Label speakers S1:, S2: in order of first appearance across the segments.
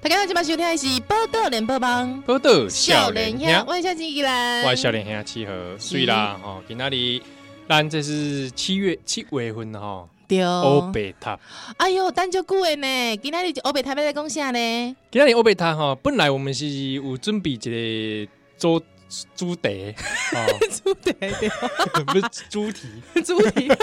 S1: 大家今晚收听的是《报道联播帮》，
S2: 报道
S1: 少
S2: 少
S1: 年
S2: 年
S1: 呀，
S2: 兄，
S1: 万夏金依兰，
S2: 我少年兄契合，所以
S1: 嗯
S2: 啦，吼，今仔日咱这是七月七月份吼，
S1: 对，
S2: 欧贝塔，
S1: 哎呦，等就久的呢，今仔日就欧北台北在讲啥呢？
S2: 今仔日欧贝塔吼，本来我们是有准备一个主主题，哦，
S1: 主题对，
S2: 不是主 题，
S1: 主题。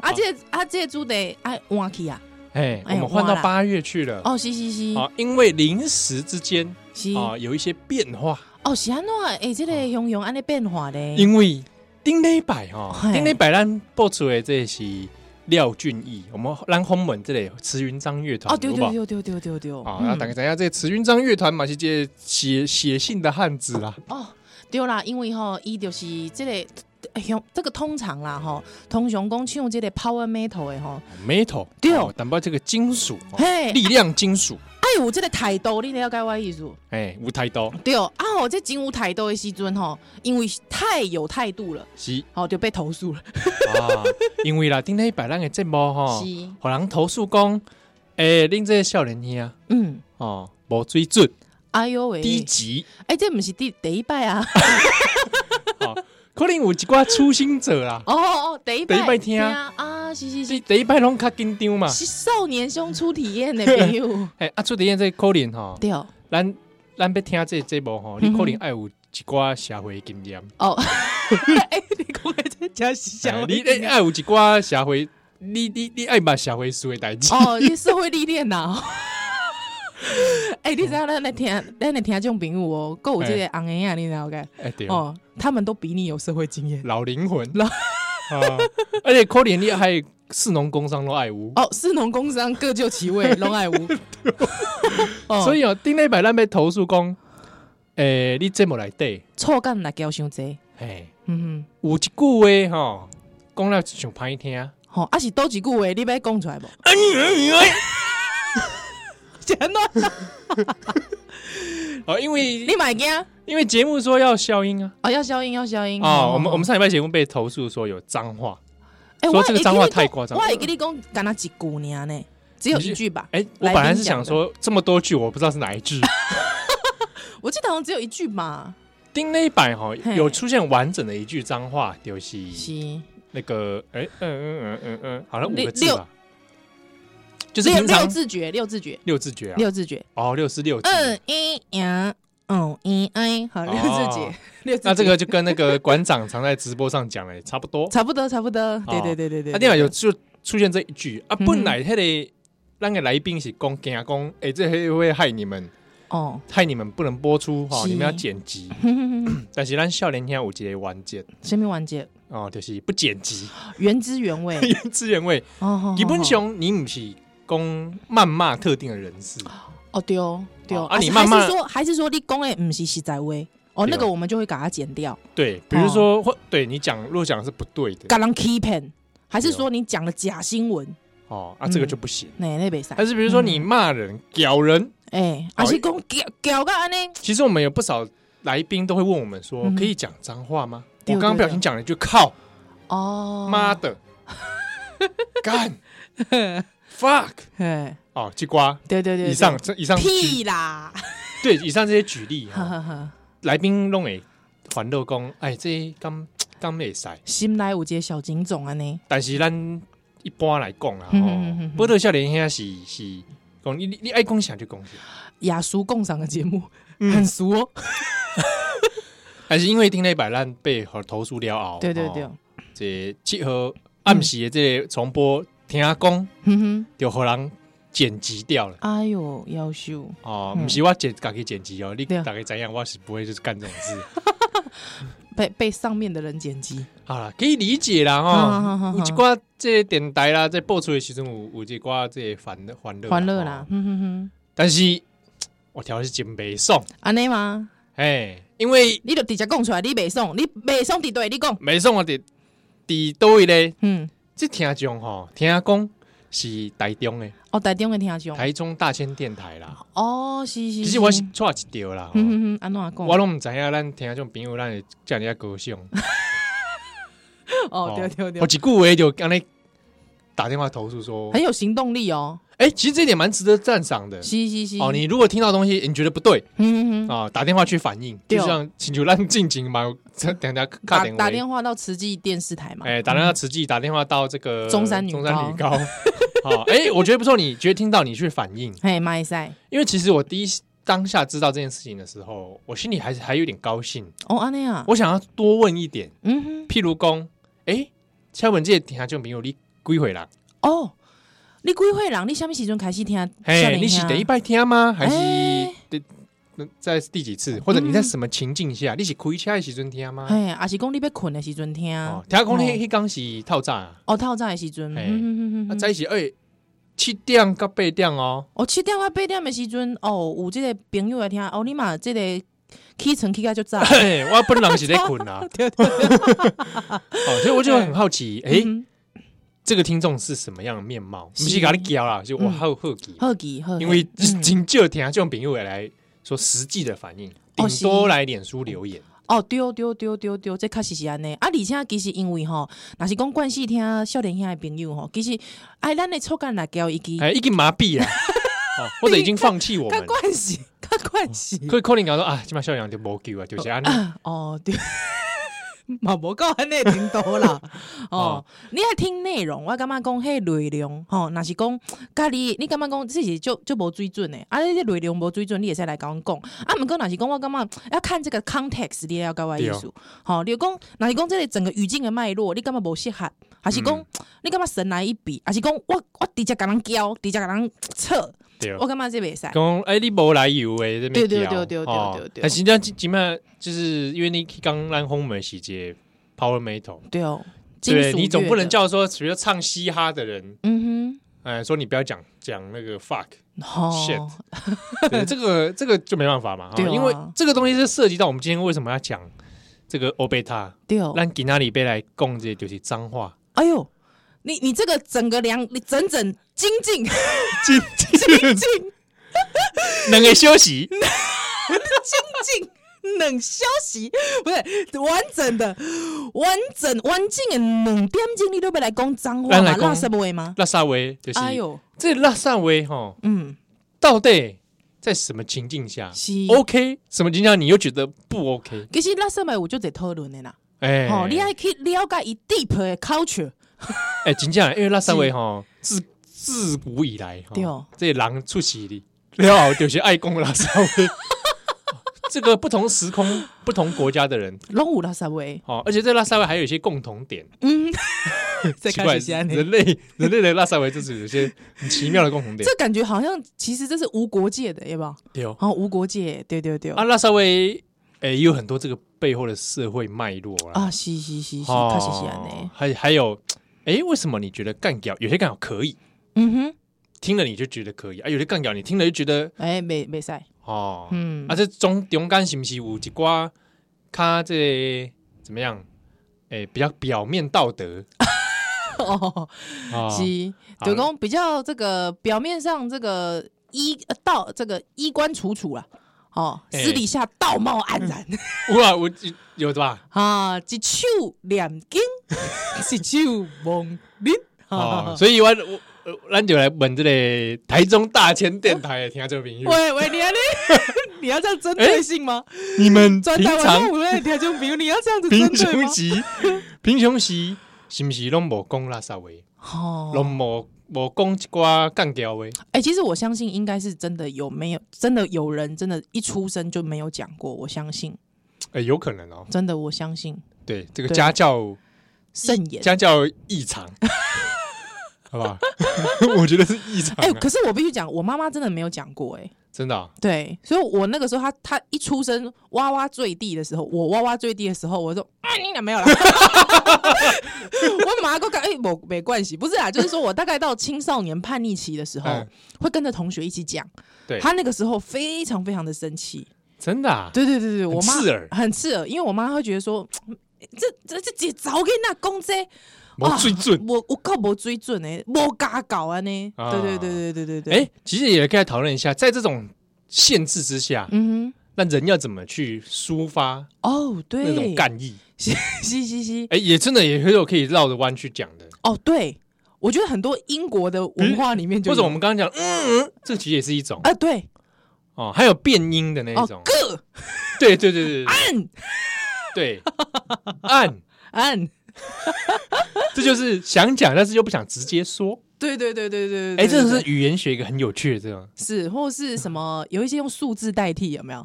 S1: 啊，这个啊，这个主题哎换去啊！
S2: 哎，我
S1: 哎
S2: 们换到
S1: 换了
S2: 八月去了，
S1: 哦，是是是
S2: 啊，因为临时之间
S1: 是
S2: 啊有一些变化，
S1: 哦，是安怎的？哎，这个熊熊安尼变化咧，
S2: 因为顶礼拜吼，
S1: 嘿
S2: 顶礼拜咱播出的这是廖俊逸，我们咱红门这里慈云章乐团，
S1: 哦，对
S2: 有无
S1: 对对对对对对，
S2: 啊，
S1: 嗯
S2: 那大家知影，这个慈云章乐团嘛是这个写写信的汉子啦，
S1: 哦，对啦，因为吼，伊就是这个。哎呦，这个通常啦吼，通常讲唱这个 power metal 的吼，
S2: ，metal
S1: 对
S2: 哦淡薄这个金属，哦
S1: 嘿，
S2: 力量金属，
S1: 哎有这个态度，你了解我的意思？
S2: 哎，舞台刀
S1: 对啊，吼，这真有态度的时阵吼，因为太有态度了，
S2: 是
S1: 吼就被投诉了。
S2: 啊，因为啦，顶天摆咱的节目吼，
S1: 是，
S2: 互人投诉讲，诶，恁这个少年兄
S1: 嗯，
S2: 哦，无水准，
S1: 哎呦喂，
S2: 低级，
S1: 哎，这不是第第一拜 啊，，
S2: 可能有一寡初心者啦
S1: 哦哦，哦第一拜
S2: 第一摆听
S1: 啊，啊，是是
S2: 第
S1: 是，
S2: 第一摆拢较紧张嘛，
S1: 是少年兄初体验的朋友，
S2: 哎，啊，出底这个可能吼，
S1: 对哦，
S2: 咱咱要听这个节目
S1: 嗯
S2: 吼，你可能爱有一寡社会经验。
S1: 哎，你讲的这真是
S2: 哎
S1: 像
S2: 你你爱有一寡社会，你你你爱捌社会事的代志。
S1: 哦，你社会历练呐。哎、你知道咱来听，咱来听这种朋友哦，够有这个红颜啊，你知道个？
S2: 哎对，
S1: 哦，他们都比你有社会经验。
S2: 老灵魂。啊而且可怜你还士农工商都爱有。
S1: 哦，士农工商各就其 位，拢爱无。哦，
S2: 所
S1: 以
S2: 以哦，顶礼拜咱要投诉讲，诶，你节目内底，
S1: 错干来交伤济。
S2: 哎，
S1: 嗯
S2: 有一句话吼，讲了上歹听。
S1: 哼，吼、啊是多一句话，你要讲出来无？ 哎真的，
S2: 哦，因为
S1: 你买惊？
S2: 因为节目说要消音啊。
S1: 哦，要消音，要消音。
S2: 哦，我们我们上礼拜节目被投诉说有脏话，
S1: 哎
S2: 说这个脏话太夸张
S1: 我也跟你讲，干那一句尔呢，只有一句吧。
S2: 哎，我
S1: 来
S2: 本来
S1: 宾
S2: 是
S1: 讲
S2: 想
S1: 的
S2: 说这么多句，我不知道是哪 一句。
S1: 我记得好像只有一句嘛。
S2: 丁那一版哈
S1: 嘿
S2: 有出现完整的一句脏话，就是
S1: 是。
S2: 那个哎、嗯嗯嗯嗯嗯，好像五
S1: 六
S2: 个字吧，就是
S1: 六
S2: 平
S1: 六
S2: 常
S1: 字诀，六字诀，
S2: 六字诀啊，
S1: 六字诀，
S2: 哦六是六字，
S1: 嗯一呀，嗯一哎，好，
S2: 哦
S1: 六字诀，六字诀，
S2: 那这个就跟那个馆长常在直播上讲的差不 多。
S1: 差不多，差不多，对对对对对。
S2: 他哦啊另外有就出现这一句啊，
S1: 嗯
S2: 本来那个那个来宾是公惊公，哎、这会会害你们，
S1: 哦，
S2: 害你们不能播出哈、哦，
S1: 是
S2: 你们要剪辑。但是咱少年天有一个完结
S1: 生命完结，
S2: 哦，就是不剪 辑，
S1: 原汁原 味。
S2: 原汁原味。
S1: 哦，
S2: 基本
S1: 熊，
S2: 上你不是讲谩骂特定的人士，
S1: 哦对哦对哦，
S2: 啊你
S1: 还
S2: 慢慢
S1: 还是说还是说你讲的不是实在话，哦那个我们就会给它剪掉，
S2: 对，比如
S1: 哦
S2: 说或对你讲，若讲是不对哦的
S1: 给人 keep in，还是说你讲了假新闻，
S2: 哦，啊，这个
S1: 嗯
S2: 就不行。
S1: 哪那比赛？
S2: 但是比如说你骂人、屌人，哦
S1: 哎，还是讲屌屌个安尼，
S2: 其实我们有不少来宾都会问我们说
S1: 嗯，哼
S2: 可以讲脏话吗？我
S1: 对
S2: 刚刚不小心讲了一句“靠
S1: 哦
S2: 妈，的干 fuck”
S1: 哎，
S2: 哦，鸡瓜。
S1: 对对对，
S2: 以上这以上举
S1: 屁啦，
S2: 对以上这些举例，
S1: 哈
S2: 哦
S1: 哈哈。
S2: 来宾弄诶环乐工，哎，这刚刚没塞，
S1: 心内有一个小警总安尼，
S2: 但是咱一般来讲啦，
S1: 嗯嗯嗯
S2: 哦
S1: 嗯，
S2: 波特少年兄是是讲你你你爱讲啥就讲啥。
S1: 雅俗共赏的节目，很俗哦。
S2: 还是因为听那摆烂被和投诉了后，
S1: 对对对，
S2: 哦这契合暗时的这个重播听讲
S1: 嗯哼哼，
S2: 就互人剪辑掉了。
S1: 哎呦，要修
S2: 哦，
S1: 嗯
S2: 不是我剪家己剪辑哦，你
S1: 对啊
S2: 大概怎样，我是不会就是干这种事。
S1: 被被上面的人剪辑，
S2: 好啦，可以理解啦
S1: 好好好
S2: 哦
S1: 好。
S2: 有一寡这个电台啦，在播出的时阵有有一寡这个欢乐欢乐
S1: 欢乐啦，
S2: 哦
S1: 哼哼哼，
S2: 但是我调的是真袂爽，
S1: 安尼吗？
S2: 哎，因为
S1: 你就直接讲出来，你袂爽，你袂爽伫对，你讲，
S2: 袂爽我伫伫倒位咧，
S1: 嗯，
S2: 这听众吼，听讲是台中的，
S1: 哦，台中的听众，
S2: 台中大千电台啦。
S1: 哦，是是，
S2: 其实我是
S1: 嗯
S2: 错一条啦，吼
S1: 嗯嗯，安怎讲？
S2: 我拢毋知影咱听种朋友咱会遮尔啊高尚。
S1: 哦，对对对
S2: 我一，句话就安尼打电话投诉说
S1: 很，有行动力哦，
S2: 哎，其实这一点蛮值得赞赏的。
S1: 哎是是是，
S2: 哦，你如果听到东西你觉得不对
S1: 嗯嗯嗯，
S2: 啊，打电话去反映，
S1: 对
S2: 就
S1: 哦
S2: 像请求咱进行嘛， 等下打
S1: 打
S2: 电
S1: 打
S2: 话。
S1: 电话到慈济电视台嘛，嗯
S2: 哎，打电话慈济，打电话到这个
S1: 中山女
S2: 中山女高。 好，哎，我觉得不错，你觉得听到你去反映，
S1: 嘿，马赛，
S2: 因为其实我第一当下知道这件事情的时候，我心里还是还有点高兴，
S1: 哦，安尼啊，
S2: 我想要多问一点，
S1: 嗯哼，
S2: 譬如讲，哎，蔡文这听下就没有你归回啦，
S1: 哦，你几岁人？你什么时阵开始听？少
S2: 嘿，
S1: 年
S2: 你是
S1: 兄
S2: 第一拜听吗？还是
S1: 哎
S2: 第在第几次？或者你在
S1: 嗯
S2: 什么情境下？你是开车的时阵听吗？
S1: 嘿，啊是讲你要困的时阵听
S2: 哦，，听讲你迄刚是透早啊，
S1: 哦，透早的时阵，嗯
S2: 嘿
S1: 嗯嗯嗯
S2: 啊，
S1: 嗯
S2: 在一起哎，七点到八点哦，，
S1: 哦，七点啊八点的时阵，哦，有即个朋友来听，哦，你嘛即个起床起来就早
S2: 嘿我本人是在困啊，
S1: 对对对，
S2: 哦，所以我就很好奇，哎，
S1: 嗯
S2: 这个听众是什么样的面貌？不
S1: 是
S2: 是给你教啦，就我
S1: 嗯
S2: 好好奇，
S1: 好奇好奇，
S2: 因为
S1: 嗯
S2: 仅就听这种朋友来说实际的反应，顶
S1: 哦是
S2: 多来脸书留言，
S1: 哦，对对对对对，这确实是安尼。啊，而且其实因为吼，若是讲惯系听少年兄的朋友吼，其实哎，咱的触感来交伊及，
S2: 哎，已经麻 痹了，哦或者已经放弃我
S1: 较
S2: 们。
S1: 惯系，
S2: 哦
S1: 较惯系。
S2: 可以可能讲说啊，今麦小杨就无救啊，就是安尼。
S1: 哦，对。 嘛无够安尼的程度啦，哦
S2: 哦，
S1: 你爱听内容，我感觉讲迄内容，吼、若是讲家己，你感觉讲这是就就无水准的，啊，你这内容无水准，你会使来甲阮讲，啊，毋过若是讲我感觉要看这个 context，你要甲我意
S2: 哦
S1: 思，吼、你就讲若是讲这个整个语境的脉络，你感觉无适合，还是讲、
S2: 嗯
S1: 你感觉神来一笔，还是讲我我直接甲人教，直接甲人扯，
S2: 对，哦
S1: 我感觉这袂使，
S2: 讲哎，你无来由诶，这边
S1: 对对
S2: 调
S1: 对对对
S2: 哦
S1: 对对
S2: 但是咱今今麦就是因为你刚咱轰门时节 power metal，
S1: 对哦，金
S2: 对
S1: 属
S2: 你总
S1: 乐
S2: 不能
S1: 的，
S2: 叫说，比如唱嘻哈的人，
S1: 嗯
S2: 哎，说你不要讲讲那个 fuck，
S1: 哼，吼
S2: Shit 对，这个这个就没办法嘛，哈
S1: 对啊
S2: 因为这个东西是涉及到我们今天为什么要讲这个欧贝塔，
S1: 对哦。
S2: 让吉纳里贝来供这就是 脏话，
S1: 哎呦，你你这个整个量，你整整精进
S2: 静 静，能给休息，
S1: 精进冷消息，不是完整的、完整完整的两点钟，你都要来讲脏话
S2: 咱来
S1: 嘛？
S2: 讲
S1: 那什么话吗？
S2: 拉萨维就是，
S1: 哎呦，
S2: 这拉萨维哈，
S1: 嗯，
S2: 到底在什么情境下
S1: 是。
S2: OK？什么情境下你又觉得不 OK？
S1: 其实那什么有就得讨论的啦，
S2: 哎，
S1: 哦，你还去了解伊 deep 的 culture，
S2: 哎，真正因为拉萨维哈自自古以来哈
S1: 对哦，
S2: 这狼出席的，了后就是爱供拉萨维。 这个不同时空、不同国家的人，
S1: 拢有那什么话？
S2: 哦，而且这拉萨维还有一些共同点，
S1: 嗯，再
S2: 奇怪，
S1: 开始先呢
S2: 人类人类的拉萨维就是有些 很奇妙的共同点
S1: 这。感觉好像其实这是无国界的，对吧？
S2: 对哦，
S1: 好、哦，无国界，对对对，
S2: 啊，
S1: 啊，
S2: 拉萨维哎也有很多这个背后的社会脉络啊啦，
S1: 啊是是是是，
S2: 哦
S1: 确实是安尼，
S2: 还还有，哎，为什么你觉得干掉有些干掉可以，
S1: 嗯哼，
S2: 听了你就觉得可以啊？有些干掉你听了就觉得
S1: 哎，没没赛，
S2: 哦，
S1: 嗯
S2: 啊，这中中间是不是有一瓜他这怎么样？哎，比较表面道德
S1: 哦，
S2: 啊，
S1: 是，
S2: 好
S1: 就讲比较这个表面上这个衣呃道这个衣冠楚楚啦，哦，
S2: 哎
S1: 私底下道貌岸然
S2: 有啊，我有的吧？
S1: 啊，一手两金，一手望林，
S2: 哦，
S1: 啊
S2: 所以我我呃咱就来问这个台中大千电台的听众朋友，
S1: 喂喂，你 要你你要这样针对性吗？
S2: 你们
S1: 专
S2: 平
S1: 台湾
S2: 常
S1: 我们条件，比如你要这样子针
S2: 哎平
S1: 对
S2: 常
S1: 吗？
S2: 时平常时是不是拢无讲拉萨话，
S1: 哦，
S2: 拢无无讲一寡干掉话？
S1: 哎，其实我相信应该是真的有没有真的有人真的，一出生就没有讲过，我相信，
S2: 哎，有可能哦。
S1: 真的我相信
S2: 对，这个
S1: 对
S2: 家教
S1: 慎言。
S2: 家教异 常，好吧？ 我觉得是异常
S1: 哎、
S2: 啊，
S1: 可是我必须讲，我妈妈真的没有讲过哎、
S2: 真的啊。
S1: 对，所以我那个时候她她一出生哇哇坠地的时候，我哇哇坠地的时候，我就说 啊你俩没 有了，我马上讲哎我没关系，不是啊，就是说我大概到青少年叛逆期的时候，
S2: 嗯
S1: 会跟着同学一起讲，
S2: 对
S1: 她那个时候非常非常的生气，
S2: 真的啊，
S1: 对对对对，
S2: 很
S1: 我妈
S2: 刺耳
S1: 很刺耳，因为我妈会觉得说这这这这早给那公这。
S2: 没水准。
S1: 我我够无水准诶，无加搞安尼。
S2: 啊
S1: 对对对对对对对。
S2: 哎、，其实也可以讨论一下，在这种限制之下，
S1: 嗯
S2: 那人要怎么去抒发
S1: 哼，哦对，
S2: 那种干意？
S1: 是，嘻嘻嘻嘻。
S2: 哎、也真的也会有可以绕着弯去讲的。
S1: 哦，对，我觉得很多英国的文化里面就
S2: 或者
S1: 有
S2: 我们刚刚讲，嗯，嗯这其实也是一种
S1: 啊，对，
S2: 哦，还有变音的那一
S1: 哦
S2: 种，
S1: 个
S2: 对对对对
S1: 按
S2: 对对，按，
S1: 按，
S2: 这就是想讲，但是又不想直接说。
S1: 对对对对对对。
S2: 哎，这
S1: 对
S2: 个
S1: 对
S2: 是语言学一个很有趣的这种
S1: 是，或是什么有一些用数字代替，有没有？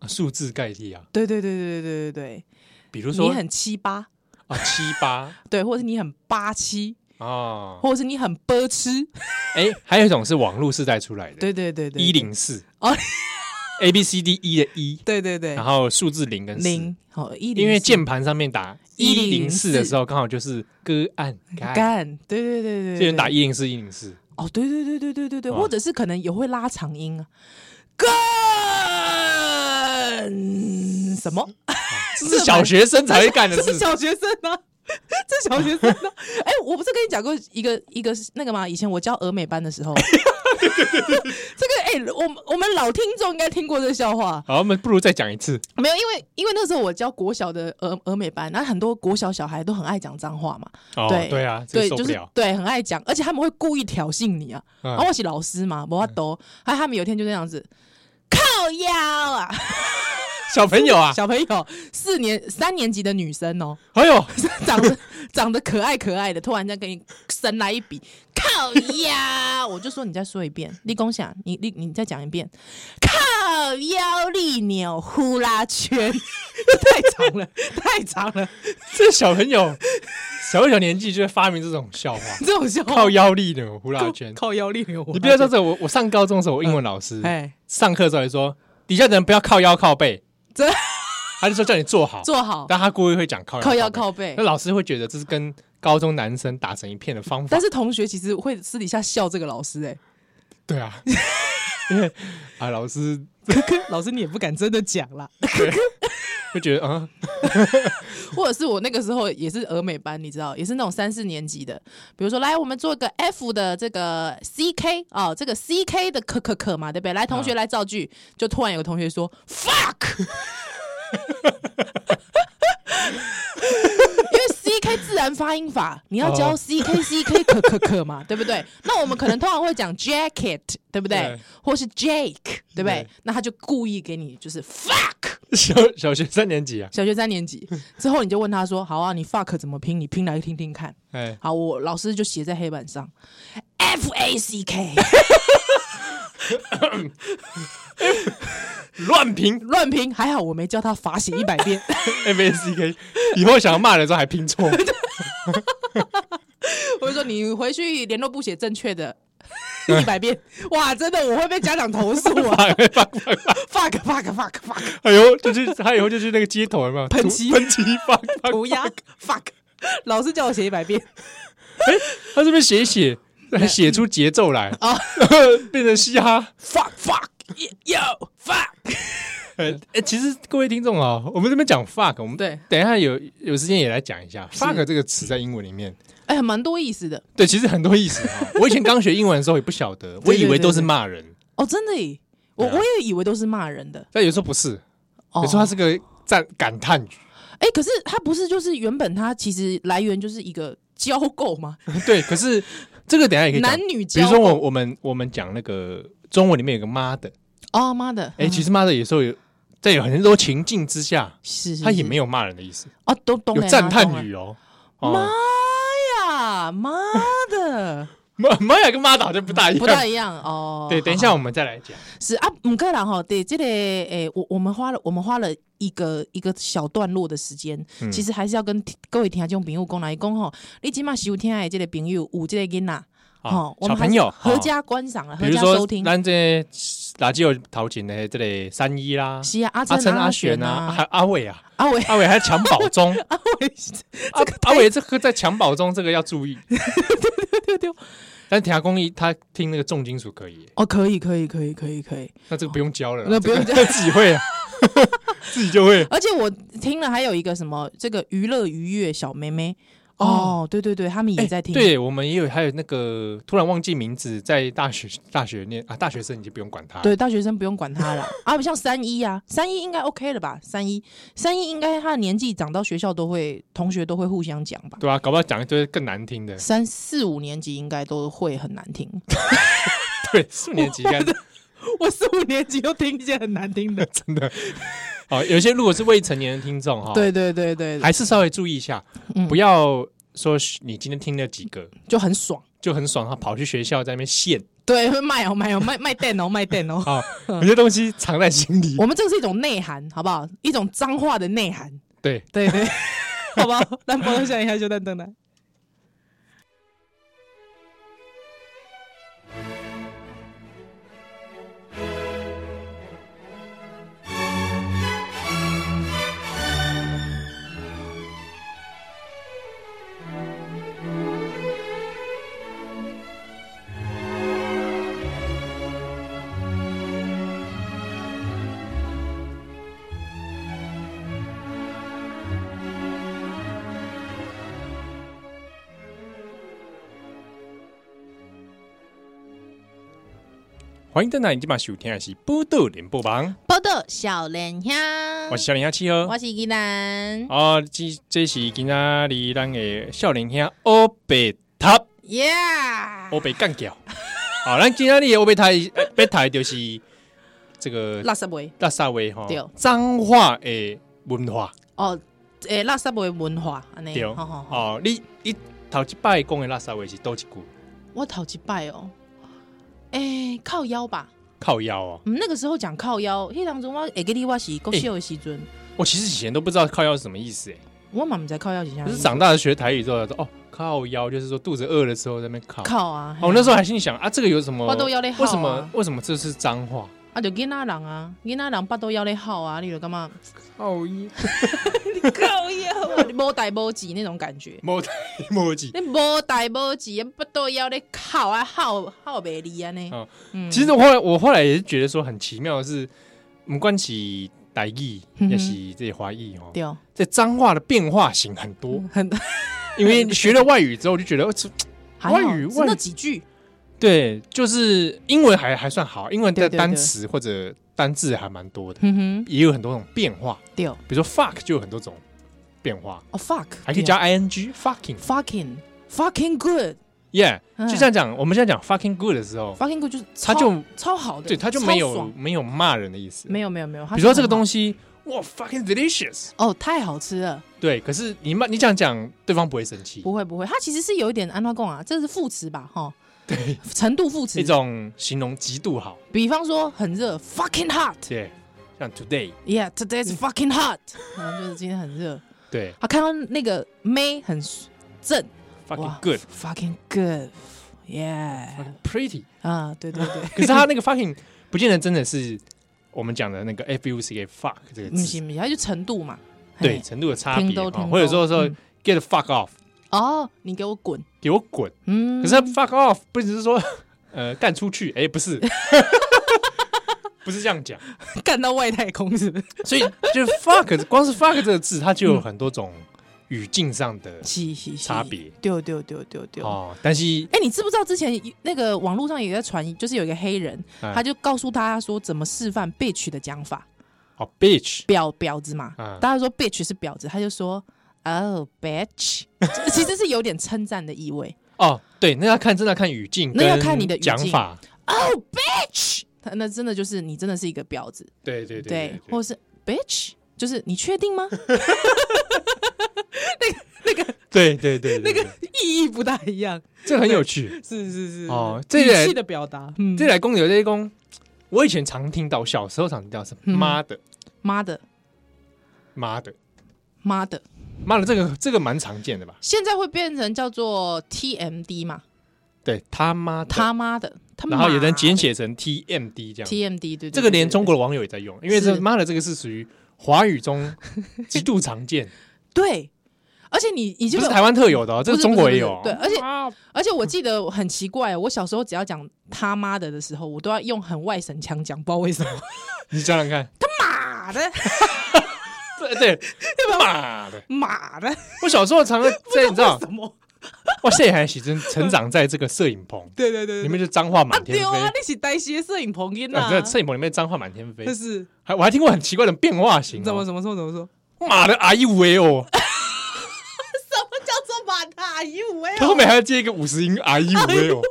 S2: 啊数字概念啊，
S1: 对对对对对对对
S2: 比如
S1: 对，你
S2: 说
S1: 很七八，
S2: 啊七八
S1: 对，或者是你很八七，
S2: 啊，
S1: 或者是你很波吃，
S2: 哎，还有一种是网络时代出来的，
S1: 对对对对，
S2: 一，零四
S1: 哦
S2: ，A B C D E 的一，
S1: 对对对
S2: 然，后数字零跟四，
S1: 零，好一零，
S2: 因为键盘上面打一零四
S1: 104
S2: 的时候，刚好就是歌按干，
S1: 干，对对对对，
S2: 这人打
S1: 对
S2: 一零四一零四。
S1: 哦，对对对对对对对，
S2: 啊
S1: 或者是可能也会拉长音啊，干什么？
S2: 这是小学生才会干的
S1: 这是
S2: 事。
S1: 小学生啊， 这是小学生啊！ 哎、我不是跟你讲过一个一个那个吗？以前我教俄美班的时候， 这个哎、我们我们老听众应该听过这个笑话，
S2: 好，我们不如再讲一次。
S1: 没有？因为因为那时候我教国小的俄俄美班，那很多国小小孩都很爱讲脏话嘛，
S2: 哦，
S1: 对
S2: 对啊，这
S1: 对，
S2: 受
S1: 就
S2: 不
S1: 是
S2: 了。
S1: 对，很爱讲，而且他们会故意挑衅你啊。
S2: 嗯
S1: 然后我是老师嘛，我都，还有啊他们有一天就这样子。靠腰啊，
S2: 小朋友 啊，
S1: 小朋友四年三年级的女生哦、
S2: 哎呦，
S1: 长得长得可爱可爱的，突然间给你神来一笔，靠腰！ 我就说你再说一遍，立功想你你你再讲一遍，靠腰力扭呼啦圈， 太长了，太长了，
S2: 这小朋友小小年纪就会发明这种 笑话，
S1: 这种笑话
S2: 靠腰力的呼啦圈。
S1: 靠腰力扭呼啦圈，
S2: 你不要说这，我我上高中的时候，我英文老师
S1: 哎，
S2: 上课的时候也说，底下的人不要靠腰靠背，
S1: 真
S2: 他就说叫你坐好，
S1: 坐好，
S2: 但他故意会讲靠
S1: 靠腰
S2: 腰背。
S1: 靠背
S2: 那。老师会觉得这是跟高中男生打成一片的方法
S1: 但。是同学其实会私底下笑这个老师、欸，
S2: 对啊， 因为啊，老师
S1: 哎，老师你也不敢真的讲啦。
S2: 会觉得啊，
S1: 或者是我那个时候也是俄美班，你知道，也是那种三四年级的，比如说来我们做个 F 的这个 CK 哦，这个 CK 的可可可嘛，对不对？来，同
S2: 嗯
S1: 学来造句，就突然有个同学说 fuck，因为 CK 自然发音法，你要教
S2: 哦
S1: CK CK 可可可嘛，对不对？那我们可能通常会讲 jacket，对不对？
S2: 对
S1: 或是 Jake，对不对
S2: 对
S1: 那他就故意给你就是 fuck。
S2: 小小学三年级啊，
S1: 小学三年级之后，你就问他说：“好啊，你 fuck 怎么拼？你拼来听听看。
S2: 哎”，
S1: 好，我老师就写在黑板上，F A C K，
S2: 乱评
S1: 乱拼。还好我没叫他罚写一百遍。
S2: F A C K，以后想要骂人的时候还拼错，
S1: 我就说你回去联络部写正确的
S2: 嗯
S1: 一百遍。哇，真的我会被家长投诉啊！fuck fuck fuck fuck，
S2: 哎呦，就是他以后就是那个街头有没有
S1: 喷漆
S2: 涂喷漆放 放
S1: 涂鸦 fuck，老师叫我写一百遍。
S2: 他这边写一写，还写出节奏来
S1: 哦
S2: 啊， 变成嘻 哈。
S1: fuck fuck yo fuck，
S2: 哎，哎其实各位听众啊，我们这边讲 fuck，我们
S1: 对
S2: 等一下有有时间也来讲一下 fuck 这个词在英文里面。
S1: 哎，蛮多意思的
S2: 对，其实很多意思 啊。我以前刚学英文的时候也不晓得，我以为都是骂人，
S1: 哦，真的耶。我
S2: 对啊
S1: 我也以为都是骂人的，
S2: 但有时候不是，
S1: 哦
S2: 有时候它是个赞感叹语。
S1: 哎、可是它不是就是原本它其实来源就是一个交媾吗？
S2: 对，可是这个等一下也可以讲
S1: 男。女
S2: 比
S1: 交媾。
S2: 如说我我们我们讲那个中文里面有个妈的，
S1: 哦妈的，
S2: 哎、
S1: 嗯
S2: 其实骂的有时候有，在有很多情境之下，
S1: 是是
S2: 他也
S1: 是
S2: 没有骂人的意思，
S1: 哦，懂懂
S2: 有
S1: 了
S2: 赞叹。
S1: 懂了
S2: 语哦。
S1: 妈
S2: 哦，
S1: 呀，妈的，
S2: 妈妈哎呀，跟妈的好像不大一样。
S1: 不太一样哦。
S2: 对，
S1: 好
S2: 等一下
S1: 好
S2: 我们再来讲。
S1: 是啊，五个人哈，对这个诶、我我们花了我们花了一个一个小段落的时间，
S2: 嗯
S1: 其实还是要跟听各位听众朋友讲来讲吼，你起码收听的这个朋友有这个囡仔。
S2: 啊
S1: 哦，，我
S2: 小
S1: 们还
S2: 朋
S1: 是
S2: 友
S1: 合，
S2: 哦
S1: 家观赏了，
S2: 比
S1: 合
S2: 如
S1: 家
S2: 说
S1: 收听。
S2: 咱这垃圾有陶琴的这类三一啦，
S1: 是啊，阿
S2: 阿
S1: 珍、
S2: 琛、阿
S1: 璇
S2: 璇啊，还有阿伟啊，
S1: 阿伟
S2: 阿伟还有襁褓中，
S1: 阿伟，
S2: 阿阿伟这个在襁褓中这个要 注意。
S1: 对对，
S2: 但田下公益他听那个重金属可以，
S1: 哦，可以，可以，可以，可以，可以。
S2: 那这个不用教了啦，
S1: 那不用
S2: 这个自己会啊， 自己就会。
S1: 而且我听了还有一个什么这个娱乐愉悦小妹妹哦，对对对，他们也在听，
S2: 哎对我们也有，还有那个突然忘记名字，在大学大学念啊，大学生你就不用管他。
S1: 对，大学生不用管他了 啊，不像三一啊，三一应该 OK 了吧？三一三一应该他的年纪长到学校都会，同学都会互相讲吧？
S2: 对啊，搞不好讲一堆更难 听的。
S1: 三四五年级应该都会很难听，
S2: 对，四五年级应该，
S1: 我四五年级都听一些很难听的
S2: 真的。哦，有些如果是未成年的听众哈，，
S1: 对对对对，
S2: 哦还是稍微注意一下，
S1: 嗯
S2: 不要说是你今天听了几个
S1: 就很爽。
S2: 就很爽，他跑去学校在那边献
S1: 对，会卖哦，卖哦， 卖卖蛋哦，卖蛋 哦。
S2: 啊，有些东西藏在心里。
S1: 我们这是一种内涵，好不好？一种脏话的内涵，
S2: 对，
S1: 对对， 好不好？咱波多下一下就蛋蛋来。
S2: 欢迎邓奶，你今晚收听的是《波豆联播榜》，
S1: 波多小莲香，
S2: 我是小林阿七哦。
S1: 我是依兰，
S2: 啊，这这是今仔日咱的少年兄欧北塔
S1: 耶！
S2: 欧北干掉。好，咱今仔日的欧北塔呃北塔就是这个
S1: 垃圾味
S2: 大沙威哈
S1: 对，
S2: 脏话的文化
S1: 哦，诶，垃圾味文化安尼，
S2: 对。
S1: 好好好，
S2: 哦，你你头一摆讲的拉萨话是多一句
S1: 我头一摆哦，诶，靠腰吧。
S2: 靠腰哦。
S1: 嗯，那个时候讲靠腰，迄当中我会记得我是国小的时阵，
S2: 我其实以前都不知道靠腰是什么意思诶，
S1: 我嘛毋知靠腰是啥
S2: 可
S1: 意
S2: 是
S1: 思。
S2: 长大了学台语之后才说，哦，靠腰就是说肚子饿的时候在那边靠。
S1: 靠啊！
S2: 哦，我那时候还心里想啊，这个有什么？
S1: 我都腰咧好啊
S2: 为什么为什么这是脏话？
S1: 啊，就囡仔人啊，囡仔人巴肚枵咧好啊，你就感觉
S2: 靠腰。
S1: 靠啊枵，你 无代无志那种感觉。
S2: 摸台摸机。
S1: 你无代无志，巴肚枵咧哭啊，哭哭袂离安尼。
S2: 哦
S1: 嗯
S2: 其实我后来我后来也是觉得说很奇妙的是，我们关起台语
S1: 嗯哼
S2: 也是这些华语哦，
S1: 对，
S2: 这脏话的变化型很多，
S1: 很
S2: 因为学了外语之后就觉得，哦这
S1: 还好
S2: 外语
S1: 是
S2: 外语
S1: 那几句，
S2: 对，就是英文还还算好，英文的
S1: 对对对
S2: 单词或者单字还蛮多的，
S1: 哼哼，
S2: 也有很多种变化，
S1: 对，哦
S2: 比如说 fuck 就有很多种变化，
S1: fuck，
S2: 还可以加
S1: 啊
S2: ing fucking
S1: fucking fucking good，fucking
S2: yeah，
S1: 嗯
S2: 就像讲我们现在讲 fucking good 的时候，
S1: good 就是超
S2: 它就
S1: 超好的，
S2: 对它就没
S1: 超
S2: 有
S1: 爽
S2: 没有骂人的意思，
S1: 没有没有没有，比
S2: 比如说这个东西，哇，fucking delicious。
S1: 哦太好吃了，
S2: 对，可是你骂你这样讲，对方不会生气，
S1: 不会不会，它其实是有一点安娜贡啊，这是副词吧？哈，对，程度副词
S2: 一，种形容极度好，
S1: 比方说很热，fucking hot。
S2: 对，像 today，
S1: Yeah, today's fucking hot 。然后就是今天很热，
S2: 对
S1: 啊，看到那个妹很正
S2: ，fucking
S1: 哇
S2: good，fucking
S1: ，fucking good，yeah，
S2: pretty。
S1: 啊，对对对，
S2: 可是他那个 fucking 不见得真的是我们讲的那个 f u c k fuck 这个
S1: 不
S2: 字，
S1: 行不行，它就程度嘛，
S2: 对
S1: 嘿，
S2: 程度的差别
S1: 听都
S2: 哦
S1: 听
S2: 或者说
S1: 都
S2: 说
S1: 嗯
S2: get the fuck off，
S1: 哦，你给我滚，
S2: 给我滚。
S1: 嗯，
S2: 可是他 fuck off 不只是说 呃干出去，哎，不是， 不是这样讲。
S1: 干到外太空是不 是？
S2: 所以就是 fuck，光是 fuck 这个字，它就有很多种语境上的
S1: 嘻嘻嘻，
S2: 差别
S1: 对，对对对对对。
S2: 哦，但是
S1: 哎、你知不知道之前那个网络上也在传，就是有一个黑人，
S2: 哎
S1: 他就告诉大家说怎么示范 bitch 的讲法，
S2: 哦，bitch。
S1: 婊婊子嘛，
S2: 嗯
S1: 大家说 bitch 是婊子，他就说 oh bitch，这 其实是有点称赞的意味。
S2: 哦，对，那要看真的要看语境，
S1: 那要看你的语境
S2: 讲法。
S1: oh bitch，他那真的就是你真的是一个婊子，
S2: 对对
S1: 或者是 bitch，就是你确定吗？
S2: 对对对，那个
S1: 意义不大一样，
S2: 这很有趣
S1: 是是是
S2: 哦。这
S1: 语气
S2: 来
S1: 的表达，嗯，
S2: 这来公有这些公，我以前常听到，小时候常听到是
S1: 嗯
S2: 妈的
S1: 妈的
S2: 妈的
S1: 妈的，
S2: 妈的，这个这个蛮常见的吧？
S1: 现在会变成叫做 TMD 嘛，
S2: 对他妈的，
S1: 他妈的，他妈
S2: 然
S1: 的，
S2: 后有人简写成 TMD 这样，
S1: TMD 对对，对
S2: 这个连
S1: 对
S2: 中国的网友也在用，因为
S1: 是
S2: 这妈的这个是属于华语中极度常见，
S1: 对，而且你 你
S2: 不
S1: 这个
S2: 是台湾特有的，哦，这
S1: 不是
S2: 个中国也
S1: 不
S2: 有
S1: 是
S2: 哦。
S1: 不是对而且
S2: 啊
S1: 而且我记得很奇怪，我小时候只要讲他妈的的时候，我都要 用很外省腔讲，不知道为什么。
S2: 你想想看，
S1: 妈的，
S2: 对对，妈的！
S1: 妈 的，
S2: 我小时候常常在，你知道
S1: 为，什么？
S2: 哇，谢海喜真成长在这个摄影棚
S1: 对对对
S2: 里
S1: 对
S2: 面，
S1: 对，
S2: 就脏话
S1: 啊
S2: 满天
S1: 对
S2: 飞
S1: 啊，。你是台西的摄影棚音
S2: 啊
S1: 啊，
S2: 在摄影棚里面脏话满天飞
S1: 就，是
S2: 还我还听过很奇怪的变化型、
S1: 怎么
S2: 哦，
S1: 怎么说怎哎么说？
S2: 妈的阿 U V 哦，
S1: 什么叫做马塔一五哎
S2: 他后面还要接一个五十音阿 U V 哦，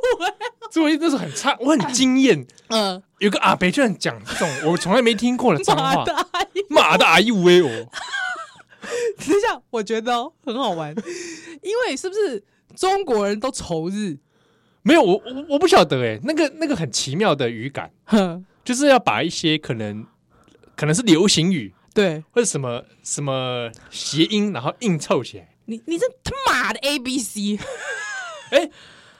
S2: 所以我那时候很差，我很 惊艳，
S1: 嗯，
S2: 有个阿北居然讲这种我从来没听过的脏
S1: 马
S2: 话，
S1: 塔一五
S2: 妈的阿 U V 哦，
S1: 等一下，我觉得、哦、很好玩， 因为是不是中国人都仇日？
S2: 没有我我我不晓得哎、那个那个很奇妙的语感，
S1: 哼，
S2: 就是要把一些可能可能是流行语
S1: 对
S2: 或者什么什么谐音，然后硬凑起来，
S1: 你，你这他妈的 A B C，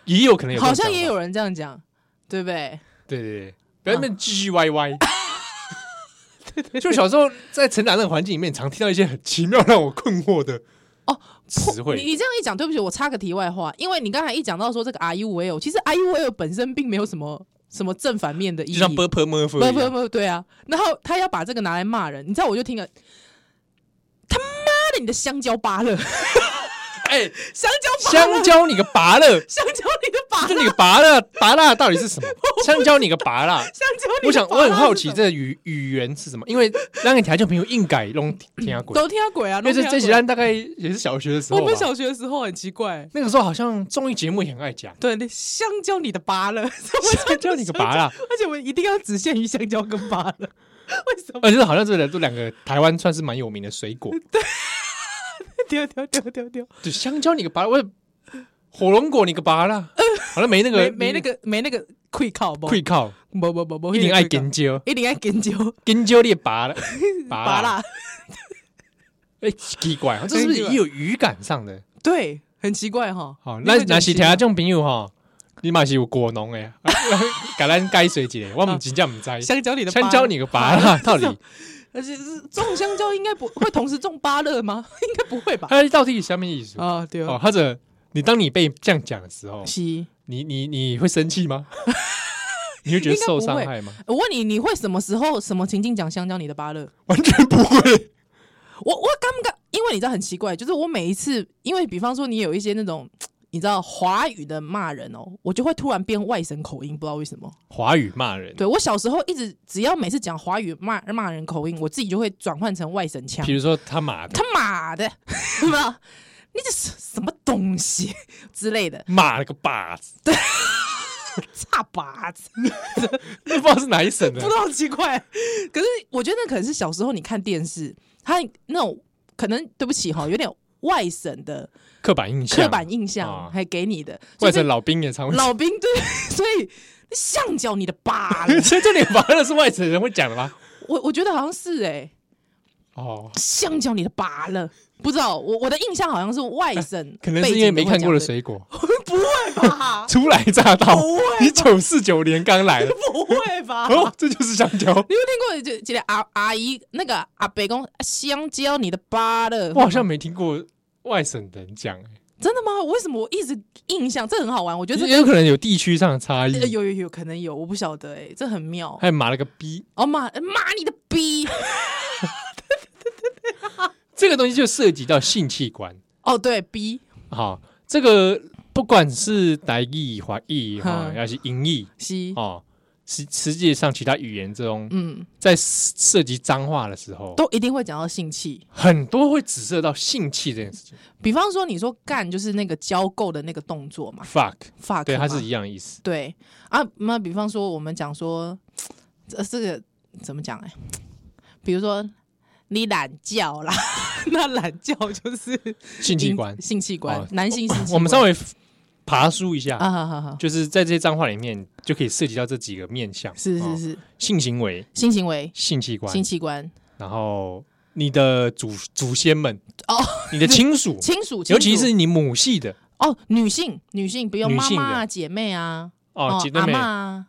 S2: 也有可能有这
S1: 好
S2: 种
S1: 像也
S2: 讲法，
S1: 有人这样讲，对不对？
S2: 对对对，不要那
S1: 啊
S2: 边唧唧歪 歪。就小时候在成长那个环境里面，常听到一些很奇妙让我困惑的
S1: 哦
S2: 词
S1: 你
S2: 汇。
S1: 你这样一讲，对不起，我插个题外话，因为你刚才一讲到说这个 I U L，其实 I U L 本身并没有什么什么正反面的意
S2: 就
S1: 义，
S2: 像 burp m u r
S1: 不
S2: p
S1: 不不，对啊。然后他要把这个拿来骂人，你知道我就听了，他妈的，你的香蕉芭乐，
S2: 哎，
S1: 香蕉芭乐
S2: 香，蕉你个拔了，
S1: 香蕉你的芭
S2: 这
S1: 乐，
S2: 你个拔了，拔蜡到底是 什么？香蕉你个拔蜡，
S1: 香蕉你的
S2: 我想
S1: 芭
S2: 我
S1: 乐
S2: 很好
S1: 是什
S2: 奇
S1: 么
S2: 这语语言是什么，因为让你台球朋友硬改弄天涯 鬼，
S1: 都听他鬼啊，
S2: 因为
S1: 都
S2: 这
S1: 听他
S2: 这几
S1: 鬼
S2: 单大概也是小学的时候
S1: 我们
S2: 吧。
S1: 小学的时候很奇怪，，
S2: 那个时候好像综艺节目也很爱 讲
S1: 对，那香蕉你的芭 乐，
S2: 香蕉你个拔蜡，
S1: 而且我一定要只限于香蕉跟芭乐，为什么？
S2: 而且好像这两两个台湾算是蛮有名的水 果，
S1: 丢丢丢丢丢，
S2: 就香蕉你个拔蜡，我火龙果你个拔 蜡，好像没那
S1: 没
S2: 个
S1: 没那个没那个愧靠不？
S2: 会靠，
S1: 不不不不，
S2: 一定爱
S1: 紧，
S2: 根蕉，
S1: 一定爱紧就
S2: 根蕉你拔了，拔
S1: 芭
S2: 蜡，
S1: 乐，
S2: 哎，奇 怪，这是不是也有语感上的？
S1: 对，很奇怪哈。
S2: 好，
S1: 你
S2: 那
S1: 会觉得
S2: 那是
S1: 奇
S2: 听
S1: 怪
S2: 下种朋友吼，你嘛是有果农 诶，甲咱解水一下，我毋真正毋知。
S1: 香蕉你的芭乐
S2: 哦哎香蕉你个拔 啦，到底
S1: 而且是种香蕉应该不会同时种芭乐吗？ 应该不会吧？
S2: 它到底是什么意思？
S1: 啊，对
S2: 哦
S1: 哦，，
S2: 或者你当你被这样讲的时候，
S1: 是。
S2: 你你你会生 气吗？你会觉得受伤害吗？
S1: 我问你，你会什么时候、什么情境讲香蕉你的芭乐？
S2: 完全不会。
S1: 我我刚刚，因为你知道很奇怪，就是我每一次，因为比方说你有一些那种你知道华语的骂人哦，我就会突然变外省口音，不知道为什么。
S2: 华语骂人，
S1: 对我小时候一直只要每次讲华语骂骂人口音，我自己就会转换成外省腔
S2: 比。如说他妈的
S1: 他妈的， 是吧？你这是什么东西之类的，
S2: 骂了个靶子，
S1: 差把子，
S2: 那不知道是哪一省的
S1: 不知，道奇怪。可是我觉得那可能是小时候你看电视，他那种可能对不起哈、有点外省的
S2: 刻板印象，
S1: 刻板印
S2: 啊
S1: 象还给你的，所
S2: 外
S1: 以
S2: 省老兵也常会。。
S1: 老兵对， 所以像脚你的疤了
S2: 所以这里拔的是外省人会讲的吗？
S1: 我我觉得好像是哎、欸，
S2: 哦，
S1: 像脚你的疤了。不知道，我我的印象好像是外省
S2: 可
S1: 背景都会讲这个，
S2: 能是因为没看过的水果，？
S1: 不会吧
S2: 初来乍到
S1: 不会吧，
S2: 你九四九年刚来 的
S1: 不会吧？你有
S2: 哦，这就是香
S1: 听
S2: 蕉。
S1: 过就这个阿阿姨那个阿伯公香蕉你的疤了？
S2: 我好像没听过外省人讲、欸，
S1: 真的吗？为什么我一直印象这很好玩？我觉得这
S2: 也有可能有地区上的差
S1: 呃
S2: 异。
S1: 有有有可能有，我不晓得哎、欸，这很妙。
S2: 还麻了个逼，
S1: 哦妈妈你的逼！
S2: 这个东西就涉及到性器官。
S1: 哦对逼
S2: 好、这个不管是台语、华语哈，
S1: 嗯
S2: 还是英语
S1: 西
S2: 哦，实实际上其他语言中，
S1: 嗯，
S2: 在涉及脏话的时候，
S1: 都一定会讲到性器。
S2: 很多会只涉到性器这件事情。
S1: 比方说，你说干就是那个交媾的那个动作嘛
S2: fuck，
S1: ，fuck，
S2: 对，它是
S1: 嘛
S2: 一样的意思。
S1: 对啊。那比方说，我们讲说，这这个怎么讲？哎，比如说你懒觉啦，那懒觉就是
S2: 性器官
S1: 阴，性器官，
S2: 哦
S1: 男性性器官。
S2: 我们稍微爬梳一下，
S1: 啊，好好好，
S2: 就是在这些脏话里面就可以涉及到这几个面向，
S1: 是
S2: 哦
S1: 是是，
S2: 性行为、
S1: 性行为、
S2: 性器官，
S1: 性器官、
S2: 然后你的祖祖先们
S1: 哦，
S2: 你的亲属，
S1: 亲属，亲
S2: 尤其
S1: 属
S2: 是你母系的
S1: 哦，女性女性，比如
S2: 女
S1: 妈
S2: 性
S1: 妈啊、
S2: 的
S1: 姐妹啊，
S2: 哦，姐
S1: 阿
S2: 妹
S1: 嬷、啊，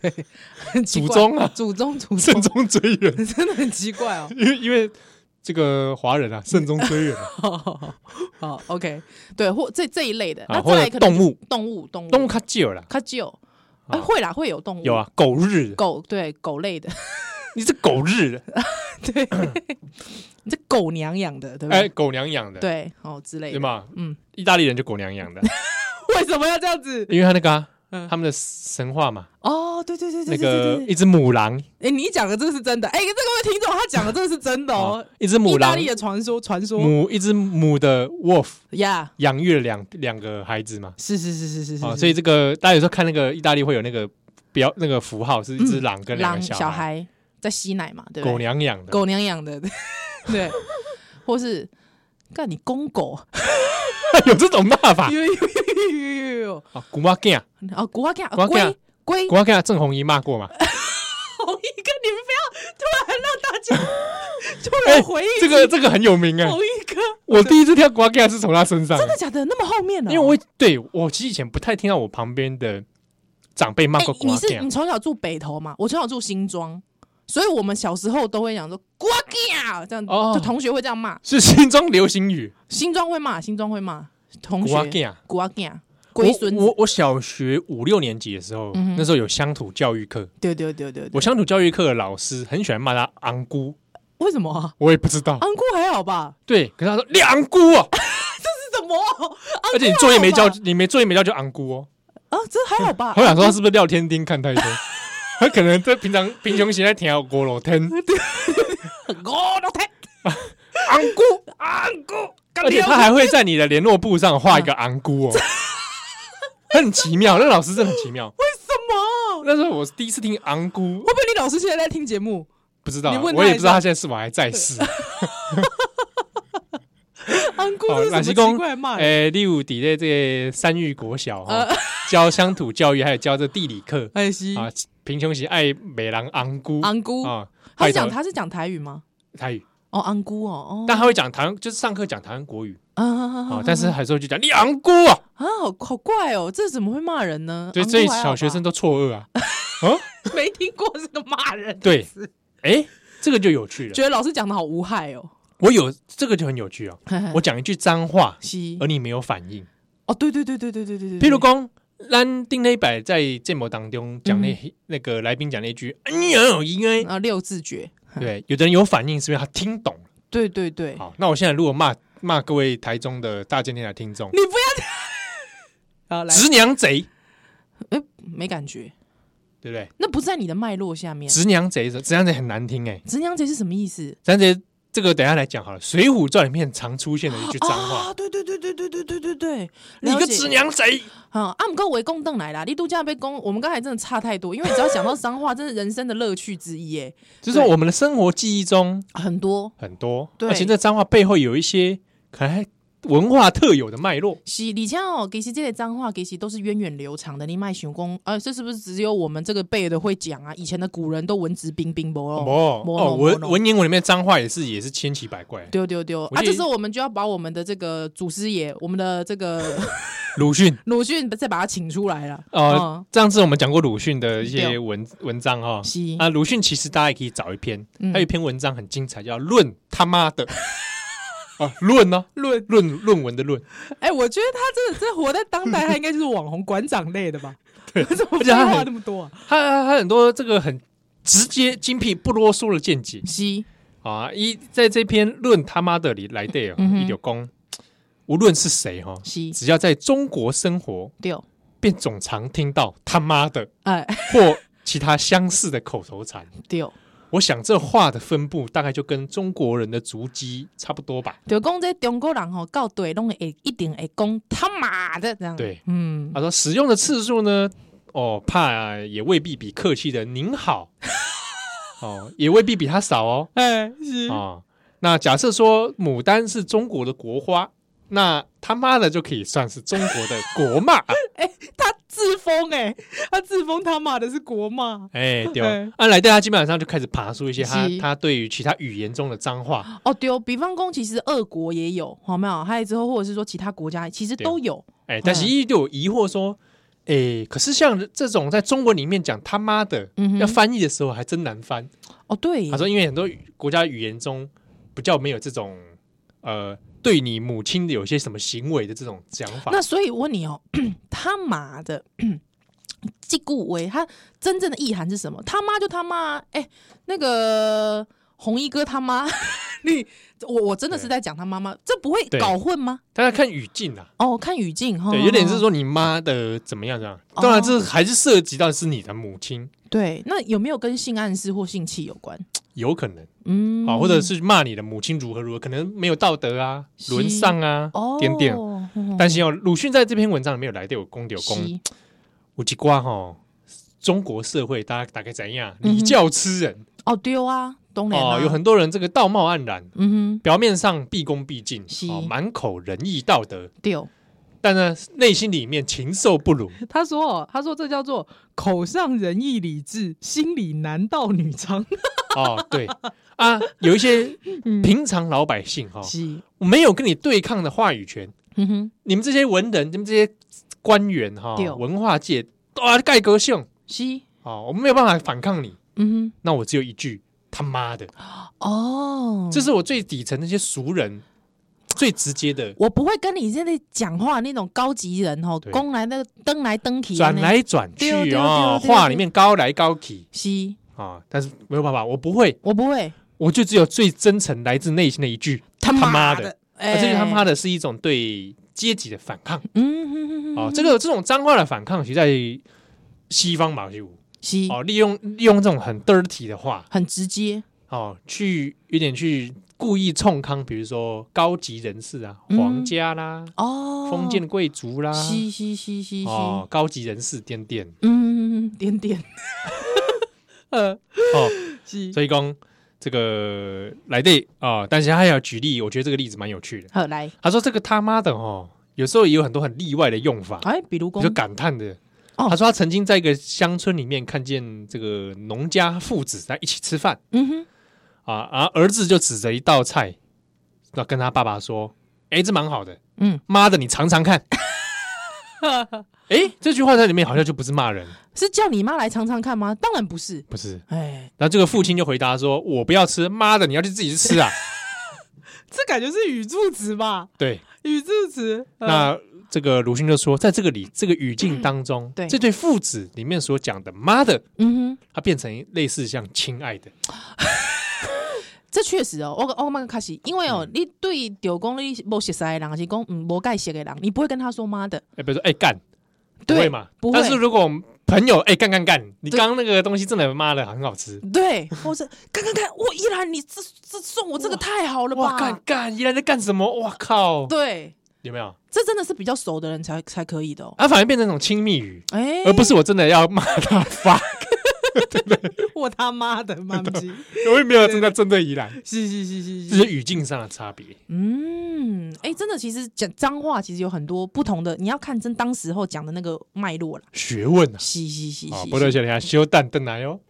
S1: 对，很奇
S2: 祖
S1: 怪
S2: 宗啊，
S1: 祖宗祖
S2: 慎
S1: 宗，
S2: 终追远，
S1: 真的很奇怪哦。
S2: 因为因为这个华人啊，慎终追远啊
S1: 好，OK，对，或这这一类的，
S2: 啊，
S1: 那
S2: 或
S1: 再来可
S2: 者
S1: 能
S2: 动物，
S1: 动物动物
S2: 动物较久了，
S1: 它就
S2: 啊
S1: 哎会啦，会有动物
S2: 有，啊，狗日
S1: 狗对狗类的，
S2: 你这狗日的，
S1: 对，你这狗娘养的，对不
S2: 哎，
S1: 对？
S2: 狗娘养的，
S1: 嗯对，哦之类
S2: 对
S1: 的，
S2: 吗？
S1: 嗯，
S2: 意大利人就狗娘养的，
S1: 为什么要这样子？
S2: 因为他那个啊
S1: 嗯
S2: 他们的神话嘛，
S1: 哦，对对对对
S2: 那
S1: 对对
S2: 个
S1: 对
S2: 一只母狼，
S1: 对，哎，你讲的这个是真的，哎，这个位听众他讲的这个是真的哦
S2: 啊，一只母
S1: 意大
S2: 狼，
S1: 利的传说，传说
S2: 母一只母的 wolf
S1: 呀，
S2: 养育了两两个孩子嘛，
S1: 是是是是是
S2: 啊，
S1: 是，
S2: 所以这个大家有时候看那个意大利会有那个标那个符号是一只狼跟
S1: 嗯
S2: 两
S1: 狼
S2: 个
S1: 小
S2: 孩，
S1: 孩在吸奶嘛，对不
S2: 狗
S1: 对？
S2: 娘养的，
S1: 狗娘养的，对，或是干你公狗，
S2: 有这种骂 法
S1: 呦呦呦呦呦呦，
S2: 啊？古巴干，
S1: 哦，古阿干
S2: 古阿囝
S1: 龟龟
S2: 古巴干，郑红怡骂过嘛？
S1: 哎同一个，你们不要突然让大 家突
S2: 哎
S1: 然回忆
S2: 这个这个很有名哎，
S1: 同一个，
S2: 我第一次听古巴干是从他身上，
S1: 真的哦假的？那么后面呢？
S2: 嗯因为我对我其实以前不太听到我旁边的长辈骂
S1: 哎
S2: 过古
S1: 你
S2: 巴
S1: 是
S2: 干
S1: 你，从小住北投嘛？我从小住新庄，所以我们小时候都会讲说“瓜嘎”这样，
S2: 哦
S1: 就同学会这样骂，
S2: 是新庄流行语
S1: 新庄会骂，新庄会骂同
S2: 古巴
S1: 学
S2: 干。
S1: “瓜嘎”龟孙
S2: 啊我
S1: 子
S2: 我，我小学五六年级的时候，
S1: 嗯哼
S2: 那时候有乡土教育课，
S1: 对对对对对，
S2: 我乡土教育课的老师很喜欢骂他昂姑，
S1: 为什么啊？
S2: 我也不知道。
S1: 安姑还好吧？
S2: 对，可是他说你昂姑哦，
S1: 啊是什么啊哦
S2: 而且你作业没交
S1: 好，
S2: 你没作业没交就昂姑哦。
S1: 啊？这还好吧
S2: 我？想说他是不是廖天丁看太多， 他可能在平常平常时在听我老天
S1: 我的天，
S2: 昂姑，
S1: 安姑，
S2: 而且他还会在你的联络簿上画一个昂姑哦， 很奇妙。那老师真的很奇妙。
S1: 为什么？
S2: 那时候我第一次听昂姑，
S1: 会不会你老师现在在听节目？
S2: 不知道啊
S1: 你问他
S2: 我也
S1: 一
S2: 不知道
S1: 下
S2: 他现在是否还在世。
S1: 安姑
S2: 哦
S1: 是
S2: 哪
S1: 什
S2: 是
S1: 么
S2: 讲
S1: 奇怪的骂人？
S2: 哎诶，例如底在这个三育国小哈
S1: 呃，
S2: 教乡土教育，还有教这地理课
S1: 哎西，
S2: 啊。贫穷时爱美郎昂姑
S1: 安姑，
S2: 啊，
S1: 他
S2: 拜
S1: 是讲
S2: 托
S1: 他是讲台语吗？
S2: 台语，
S1: 哦，安姑哦，哦，
S2: 但他会讲台湾，就是上课讲台湾国语
S1: 啊啊啊
S2: 啊，但是还是会就讲你昂姑啊，
S1: 啊，好好怪哦，这怎么会骂人呢？
S2: 所以
S1: 昂
S2: 所以
S1: 姑还好
S2: 小
S1: 吧
S2: 学生都错愕啊。
S1: 没听过这个骂人，
S2: 对，诶，这个就有趣了
S1: 觉。得老师讲的好无害哦。
S2: 我有这个就很有趣哦。
S1: 嗯
S2: 我讲一句脏话，
S1: 西
S2: 而你没有反应，
S1: 哦，对对对对对对对对，
S2: 譬
S1: 对
S2: 如讲。咱丁磊柏在建模当中讲那、
S1: 嗯
S2: 那个来宾讲那句，哎呦，应该
S1: 啊六字诀，
S2: 对，有的人有反应是因为他听懂了。
S1: 对对对，
S2: 好，那我现在如果骂骂各位台中的大监听的听众，
S1: 你不要这样好啊来，
S2: 直娘贼，
S1: 哎没感觉，
S2: 对不对？
S1: 那不在你的脉络下面。
S2: 直娘贼是，直娘贼很难听哎、
S1: 直娘贼是什么意思？
S2: 直娘贼这个等一下来讲好了，《水浒传》里面常出现的一句脏话，
S1: 啊！对对对对对对对对对，
S2: 你
S1: 了
S2: 个
S1: 解
S2: 直娘贼，
S1: 啊，啊，姆哥围攻邓来啦，你度假被攻，我们刚才真的差太多，因为只要想到脏话，真是人生的乐趣之一耶，
S2: 就是说我们的生活记忆中
S1: 很多。
S2: 很多，
S1: 对
S2: 而且这脏话背后有一些可能还文化特有的脉络。
S1: 是，李强哦，其实这些脏话其实都是源远流长的。你卖熊公，呃，这是不是只有我们这个辈的会讲啊？以前的古人都文质彬彬不咯？
S2: 哦
S1: 没
S2: 哦，
S1: 咯
S2: 文
S1: 没咯
S2: 文言文里面脏话也是也是千奇百怪。
S1: 丢丢丢
S2: 我
S1: 啊！
S2: 记得
S1: 这时候我们就要把我们的这个祖师爷，我们的这个
S2: 鲁迅，
S1: 鲁迅，再把他请出来了。
S2: 呃
S1: 哦，，
S2: 上次我们讲过鲁迅的一些
S1: 对
S2: 文文章哈、哦，
S1: 是，
S2: 啊，鲁迅其实大家也可以找一篇，
S1: 嗯
S2: 还有一篇文章很精彩，叫《论他妈 的》啊，论呢、论论论文的论，
S1: 哎、我觉得他真的真活在当代，他应该就是网红馆长类的吧？ 对，怎么
S2: 而且他
S1: 废话
S2: 很
S1: 那么多、啊？
S2: 他他他很多这个很直接、精辟、不啰嗦的见解
S1: 是，
S2: 啊。一在这篇《论他妈的》里来对哦，
S1: 嗯哼
S2: 一柳公，无论是谁哈、哦，
S1: 是，
S2: 只要在中国生活，
S1: 丢，
S2: 便总常听到“他妈的
S1: 哎，”
S2: 或其他相似的口头禅。
S1: 丢。
S2: 我想这话的分布大概就跟中国人的足迹差不多吧。
S1: 就讲这中国人吼，到对拢会一定会讲他妈的这样。
S2: 对，
S1: 嗯，
S2: 他说使用的次数呢，哦，怕也未必比客气的“您好”哦，也未必比他少哦
S1: 哎、是
S2: 啊、那假设说牡丹是中国的国花，那他妈的就可以算是中国的国骂，
S1: 他自封哎、他自封他妈的是国骂。
S2: 哎，对
S1: 哎
S2: 吧？啊，来对他基本上就开始爬出一些他
S1: 是
S2: 他对于其他语言中的脏话，
S1: 哦，对哦，比方讲，其实俄国也有，好没有？还有之后，或者是说其他国家，其实都有。
S2: 哎，但是一就有疑惑说。哎，可是像这种在中文里面讲他妈的，
S1: 嗯哼
S2: 要翻译的时候还真难翻。
S1: 哦，对耶，
S2: 他说，因为很多语国家语言中比较没有这种呃，对你母亲的有些什么行为的这种讲 法。
S1: 那所以我问你哦，他妈的， 即顾为它真正的意涵是什么？他妈就他妈，哎、那个红衣哥他妈， 你我我真的是在讲他妈妈，这不会
S2: 对
S1: 搞混吗？
S2: 大家看语境啊，
S1: 哦，看语境哈，
S2: 对，有点是说你妈的怎么样这样。当然，这还是涉及到是你的母亲，
S1: 对。那有没有跟性暗示或性器有关？
S2: 有可能
S1: 嗯，
S2: 啊，或者是骂你的母亲如何如何，可能没有道德啊，
S1: 是
S2: 沦丧啊
S1: 哦，，
S2: 点点。
S1: 嗯，
S2: 但是哦，鲁迅在这篇文章里面有来对有公有公，
S1: 是
S2: 有一瓜哈，中国社会大家大概怎样？
S1: 嗯哼
S2: 礼教吃人
S1: 哦丢啊，东南
S2: 哦
S1: 啊，，
S2: 有很多人这个道貌岸然，
S1: 嗯
S2: 表面上毕恭毕敬
S1: 是，
S2: 哦，满口仁义道德，
S1: 哼丢。
S2: 但呢内心里面禽兽不如。
S1: 他说：“他说这叫做口上仁义礼智，心里男盗女娼。
S2: 哦，对啊，有一些
S1: 嗯
S2: 平常老百姓哈、
S1: 是，
S2: 没有跟你对抗的话语权，
S1: 嗯哼，
S2: 你们这些文人，你们这些官员哈、
S1: 对
S2: 文化界啊盖革性
S1: 是，
S2: 啊，我们没有办法反抗你。
S1: 嗯
S2: 那我只有一句他妈的，
S1: 哼，哦，
S2: 这是我最底层那些俗人最直接的
S1: 我不会跟你现在讲话那种高级人哦，
S2: 对
S1: 攻来那个登来登去，
S2: 转来转
S1: 对哦对
S2: 去
S1: 对
S2: 啊，
S1: 对
S2: 话
S1: 对
S2: 里面高来高去
S1: 是，
S2: 啊，但是没有办法，我不会，
S1: 我不会，
S2: 我就只有最真诚来自内心的一句
S1: 他
S2: 他
S1: 妈
S2: 妈
S1: 的
S2: 的，，啊，
S1: 哎
S2: 这句他妈，的是一种对阶级的反抗。
S1: 嗯哼哼哼
S2: 哦，这个这种脏话的反抗，其实在西方马戏舞
S1: 是
S2: 哦，利用利用这种很 dirty 的话
S1: 很直接，
S2: 哦，去有点去故意冲康，比如说高级人士啊，
S1: 嗯
S2: 皇家啦、
S1: 哦，
S2: 封建贵族啦，
S1: 是，是是是是，
S2: 哦，高级人士点点
S1: 嗯，点点，呃，
S2: 哦，
S1: 是，
S2: 所以讲这个来对啊、哦，但是他还有举例，我觉得这个例子蛮有趣的。
S1: 好来，
S2: 他说这个他妈的哦，有时候也有很多很例外的用法，
S1: 哎，比如
S2: 比
S1: 公
S2: 如，感叹的。
S1: 哦
S2: 他说他曾经在一个乡村里面看见这个农家父子在一起吃饭
S1: 嗯哼，
S2: 啊，而儿子就指着一道菜，那跟他爸爸说：“哎、这蛮好的，
S1: 嗯，
S2: 妈的，你尝 尝看。”哎、这句话在里面好像就不是骂人，
S1: 是叫你妈来尝尝看吗？当然不是，
S2: 不是。
S1: 哎，
S2: 然后这个父亲就回答说：“我不要吃，妈的，你要去自己去 吃啊。
S1: 这感觉是语助词吧？”
S2: 对，
S1: 语助词，呃
S2: 那这个鲁迅就说，在这个里这个语境当中，
S1: 对
S2: 这对父子里面所讲的“妈的
S1: 嗯哼”，。
S2: 它变成类似像“亲爱的
S1: 这确实哦，我我蛮开始，因为
S2: 嗯
S1: 哦，你对丢公你无熟悉的人，还是讲嗯无解识的人，你不会跟他说妈的，”，
S2: 哎，比如说“哎干”，不
S1: 对
S2: 会嘛？
S1: 不会
S2: 但是如果我们朋友哎、干干干，你
S1: 对
S2: 刚刚那个东西真的妈的很好吃，
S1: 对，或是看看看，我依然你这这送我这个太好了
S2: 哇干
S1: 吧？
S2: 干，依然在干什么？哇靠，
S1: 对，
S2: 有没有？
S1: 这真的是比较熟的人才才可以的哦。
S2: 啊，反而变成那种亲密语，
S1: 哎，
S2: 呃而不是我真的要骂他发，
S1: 我他妈的妈 逼！
S2: 我也没有真的针对依然，
S1: 是是是是
S2: 这是，语境上的差别。
S1: 嗯，哎，真的，其实讲脏话其实有很多不同的，你要看真当时候讲的那个脉络啦。
S2: 学问啊！
S1: 是是是
S2: 啊，
S1: 是，
S2: 波多小林修蛋邓来哦。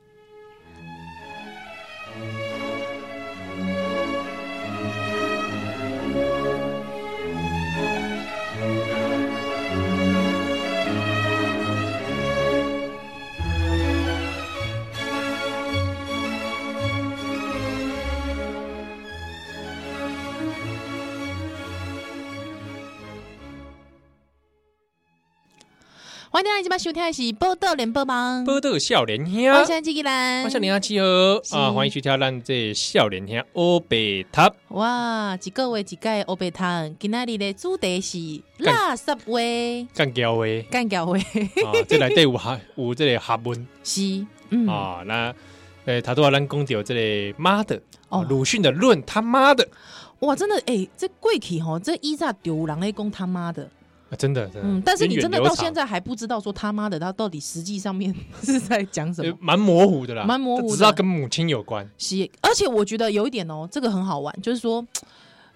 S1: 欢迎大家今晚收听的是《报道联播网》，
S2: 波多笑脸兄，
S1: 我是纪纪兰，
S2: 欢笑脸兄集合
S1: 是
S2: 啊！欢迎去挑战这笑脸兄欧北塔
S1: 哇，一个月一届欧贝汤，今仔日的主题是垃圾味、
S2: 干 胶威
S1: 干掉味，
S2: 啊！这来对有哈有这个哈文
S1: 是，嗯，
S2: 啊，那呃，他都要咱讲到这个妈的
S1: 哦
S2: 哦，鲁迅的论他妈的，
S1: 哇，真的，哎、这过去吼，这依炸丢人类公他妈的，
S2: 啊真的，真的
S1: 嗯，但是你真的
S2: 源远
S1: 到
S2: 流长
S1: 现在还不知道说他妈的他到底实际上面 是在讲什么
S2: 呃。蛮模糊的啦，
S1: 蛮模糊的
S2: 只知道跟母亲有关，
S1: 是，而且我觉得有一点哦，这个很好玩，就是说，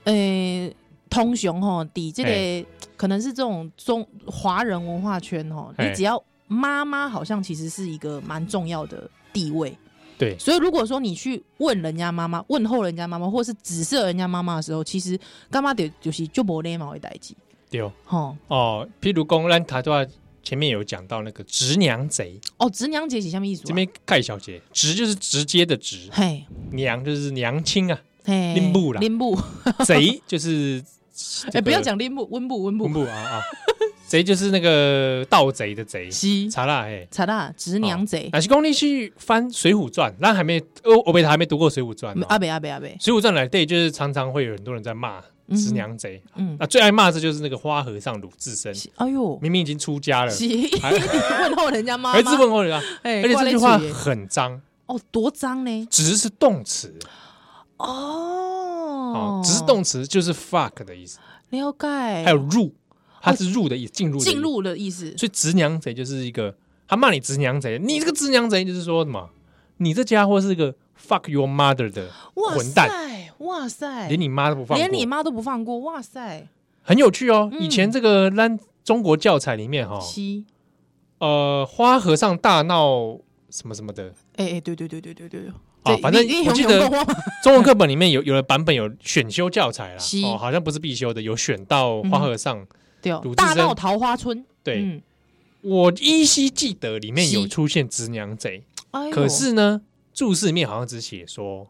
S1: 诶、通雄吼，底这
S2: 嘿
S1: 个可能是这种中华人文化圈吼，
S2: 嘿
S1: 你只要妈妈好像其实是一个蛮重要的地位。
S2: 对
S1: 所以如果说你去问人家妈妈、问候人家妈妈，或是指涉人家妈妈的时候，其实干嘛得就是就没礼貌的代际，
S2: 对哦
S1: 吼
S2: 哦。譬如讲，咱他都要前面有讲到那个直娘贼，
S1: 哦，直娘姐是什么意思、啊？
S2: 这边盖小姐，直就是直接的直，
S1: 嘿，
S2: 娘就是娘 亲啊，
S1: 嘿，
S2: 拎布啦
S1: 拎布，
S2: 贼就是
S1: 哎、不要讲拎布，温布，温
S2: 公
S1: 布，
S2: 布啊啊，贼就是那个盗贼的贼，
S1: 是
S2: 查啦嘿。
S1: 查啦，直娘贼，
S2: 哪些功力去翻《水浒传》？那还没欧欧贝塔还没读过《水浒传》哦
S1: 阿北阿北阿北，
S2: 水浒传》来对，就是常常会有很多人在骂
S1: 嗯
S2: 直娘贼，
S1: 嗯，
S2: 那最爱骂的就是那个花和尚鲁智深，
S1: 是哎呦，
S2: 明明已经出家了，
S1: 是一
S2: 还
S1: 直 问候人家妈
S2: 还自
S1: 妈，
S2: 问候人啊，
S1: 哎
S2: 而且
S1: 挂
S2: 这
S1: 在
S2: 句话
S1: 嘴耶
S2: 很脏，
S1: 哦多脏呢，
S2: 直是动词
S1: 哦
S2: 啊，，直是动词就是 fuck 的意思，
S1: 了解，
S2: 还有入，它是入的意思，进入的意思
S1: 哎进，入的意思，
S2: 所以直娘贼就是一个他骂你直娘贼，你这个直娘贼就是说什么，你这家伙是个 fuck your mother 的
S1: 哇
S2: 混蛋，
S1: 塞，哇塞，
S2: 连你妈都不放过，
S1: 连你妈都不放过，哇塞，
S2: 很有趣哦。
S1: 嗯
S2: 以前这个烂中国教材里面哈、
S1: 七，
S2: 呃，花和尚大闹什么什么的
S1: 哎哎，对对对对对对，
S2: 啊，
S1: 对
S2: 反正
S1: 你你
S2: 我记
S1: 有没有
S2: 得
S1: 过吗
S2: 中文课本里面有有的版本有选修教材啦
S1: 是，
S2: 哦，好像不是必修的，有选到花和尚。
S1: 对哦
S2: 鲁，智
S1: 大
S2: 深
S1: 闹桃花村，
S2: 对、
S1: 嗯
S2: 我依稀记得里面有
S1: 是
S2: 出现直娘贼，
S1: 哎呦
S2: 可是呢，注释里面好像只写说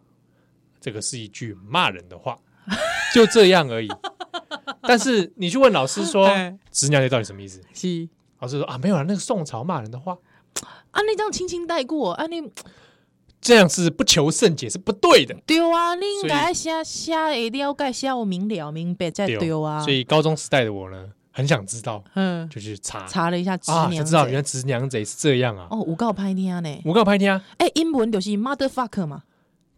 S2: 这个是一句骂人 的话，就这样而已。但是你去问老师说
S1: 哎
S2: “直娘贼”到底什么意思？
S1: 是
S2: 老师说啊，没有啊，那个宋朝骂人的话，
S1: 啊，你这样轻轻带过，啊你
S2: 这样是不求甚解，是不对的。
S1: 对啊，你应该写写会了解，写我明了明白再对啊，
S2: 哦所以高中时代的我呢，很想知道，
S1: 嗯，
S2: 就去查
S1: 查了一下直
S2: 啊，才
S1: 娘
S2: 知道原
S1: 贼
S2: 来直娘贼是这样啊。
S1: 哦，五告拍听呢，
S2: 我告拍天啊，
S1: 哎，英文就是 motherfucker 嘛，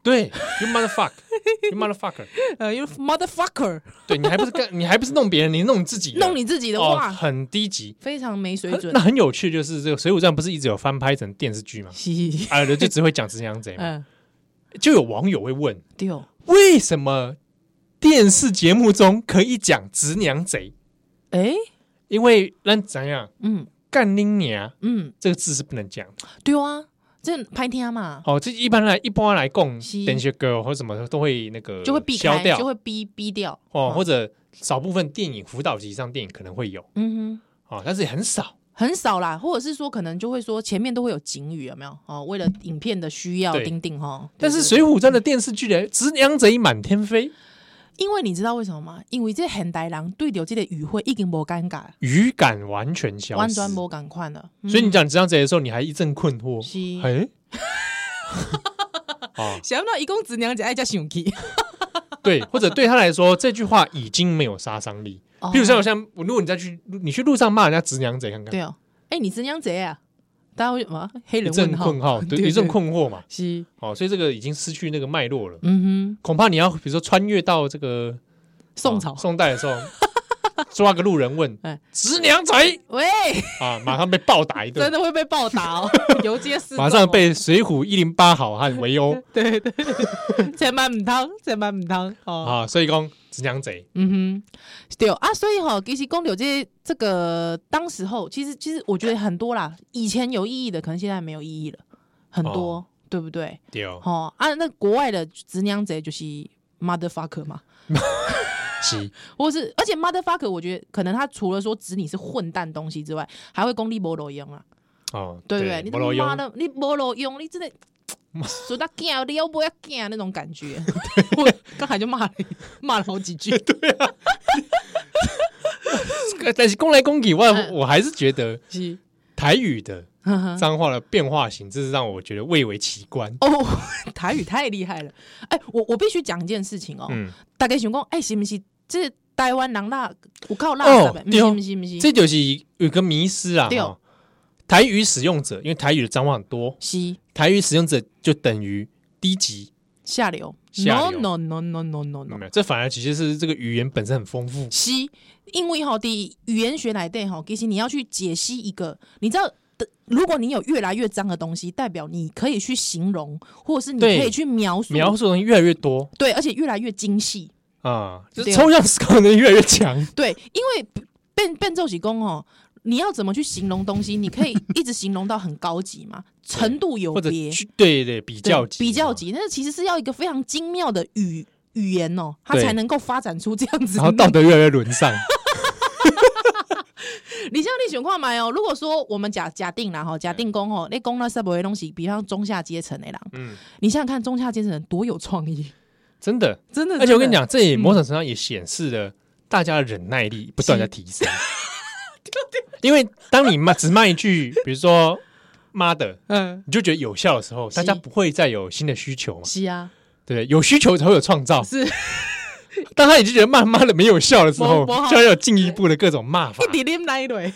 S2: 对，you motherfucker，you motherfucker，
S1: 呃，you motherfucker，
S2: 对你还不是干，你还不是弄别人，你弄你自己的，
S1: 弄你自己的
S2: 哦，
S1: 话，
S2: 很低级。
S1: 非常没水准？
S2: 那，很有趣，就是这个《水浒传》不是一直有翻拍成电视剧吗
S1: 是，
S2: 啊，就只会讲直娘贼嘛，
S1: 嗯，
S2: 就有网友会问，
S1: 对哦，
S2: 为什么电视节目中可以讲直娘贼？
S1: 哎，
S2: 因为咱怎样
S1: 嗯
S2: 干拎娘
S1: 嗯。
S2: 这个字是不能讲的。
S1: 对啊，这拍天嘛，
S2: 哦，这一般来一般来供
S1: 是
S2: 电视歌或什么都会那个
S1: 就会避
S2: 呃消
S1: 开，
S2: 掉，
S1: 就会逼逼掉。
S2: 哦，
S1: 嗯
S2: 或者少部分电影辅导级以上电影可能会有
S1: 嗯哼，
S2: 哦，但是也很少。
S1: 很少啦，或者是说可能就会说前面都会有警语，有没有？哦，为了影片的需要，
S2: 对
S1: 钉钉哈。
S2: 但是《
S1: 对嗯
S2: 水浒传》的电视剧呢，直娘贼满天飞，
S1: 对因为你知道为什么吗？因为这现代人对着这个语汇已经无尴尬，
S2: 语感完全消失。
S1: 完全无赶快了。嗯
S2: 所以你讲直娘贼的时候，你还一阵困惑。
S1: 是
S2: 哎，啊，
S1: 想不到一公子娘子爱家想气，
S2: 对，或者对他来说，这句话已经没有杀伤力。譬如像我
S1: 哦
S2: 像，如果你再去你去路上骂人家直娘贼看看，
S1: 对哦，哎，你子娘贼啊，大家会什么黑
S2: 一
S1: 人
S2: 阵啊
S1: 问号
S2: 困 惑，对，
S1: 对
S2: 一阵
S1: 对
S2: 困惑嘛。
S1: 是，
S2: 哦，所以这个已经失去那个脉络了。
S1: 嗯
S2: 恐怕你要比如说穿越到这个
S1: 哼，宋朝
S2: 啊，宋代的时候，抓个路人问
S1: 哎
S2: “直娘贼
S1: 喂，”
S2: 啊，马上被暴打一
S1: 真
S2: 顿，
S1: 的会被暴打 哦，游街示众哦
S2: 马上被《水浒》一零八好汉围殴
S1: 对对，千万唔通，千万唔通 哦。
S2: 啊，所以讲“直娘贼
S1: 嗯哼，对啊，所以哈、其实公牛这这个当时候，其实其实我觉得很多啦，以前有意义的，可能现在没有意义了，很多，
S2: 哦
S1: 对不对？”
S2: 对哦，
S1: 哦啊，那国外的直娘贼就是 motherfucker 嘛，
S2: 是
S1: 或是而且 motherfucker，我觉得可能他除了说指你是混蛋东西之外，还会功利没路用啊，
S2: 哦，
S1: 对不对？你
S2: 不
S1: 他
S2: 老用
S1: 妈的，你没路用，你真 的。说到干，你要不要干那种感觉？我刚才就骂了一 骂了好几句，
S2: 呃但是攻来攻去，我
S1: 嗯
S2: 我还是觉得
S1: 是，
S2: 台语的
S1: 呵呵
S2: 脏话的变化型，这是让我觉得蔚为奇观。
S1: 哦， 台语太厉害了。哎、我我必须讲一件事情哦，
S2: 嗯，
S1: 大概想讲，哎、是不是这台湾人啦，有靠垃
S2: 哦
S1: 圾的？不
S2: 对
S1: 是
S2: 哦
S1: 不是不是，
S2: 这就是有个迷失啊。
S1: 对哦
S2: 哈台语使用者，因为台语的脏话很多，
S1: 是
S2: 台语使用者就等于低级。
S1: 下流。
S2: 下
S1: No
S2: 流
S1: no no no no no
S2: 没
S1: no，
S2: 有，这反而其实是这个语言本身很丰富。
S1: 是因为哈，第语言学来对哈，其实你要去解析一个，你知道。的，如果你有越来越脏的东西，代表你可以去形容，或者是你可
S2: 对
S1: 以去描述，
S2: 描述的东西越来越多
S1: 对，而且越来越精细。
S2: 啊，就
S1: 对哦
S2: 抽象思考能力越来越强。
S1: 对，因为变变奏喜功哦，你要怎么去形容东西？你可以一直形容到很高级嘛，程度有
S2: 或者
S1: 别，
S2: 去对对比
S1: 比
S2: 较级
S1: 比较
S2: 嘛，
S1: 级，那其实是要一个非常精妙的语语言哦，它
S2: 对
S1: 才能够发展出这样子
S2: 然后
S1: 的。
S2: 道德越来越 沦丧。
S1: 你像你选况买哦，如果说我们假假定
S2: 嗯
S1: 啦哈，假定工哦，那工那是不会东西，比方中下阶层的人，
S2: 嗯，
S1: 你想想看中下阶层人多有创意，
S2: 真的。
S1: 真的。
S2: 而且我跟你
S1: 真的，
S2: 讲，这也某种程度上也显示了大家的忍耐力不断在提升。因为当你骂只骂一句，比如说“妈的
S1: 嗯”，，
S2: 你就觉得有效的时候，
S1: 是
S2: 大家不会再有新的需求嘛，
S1: 是啊，
S2: 对不对？有需求才会有创造。
S1: 是
S2: 当他已经觉得骂妈的没有效的时候
S1: 不不好，
S2: 就要有进一步的各种 骂法，
S1: 一直啉奶类，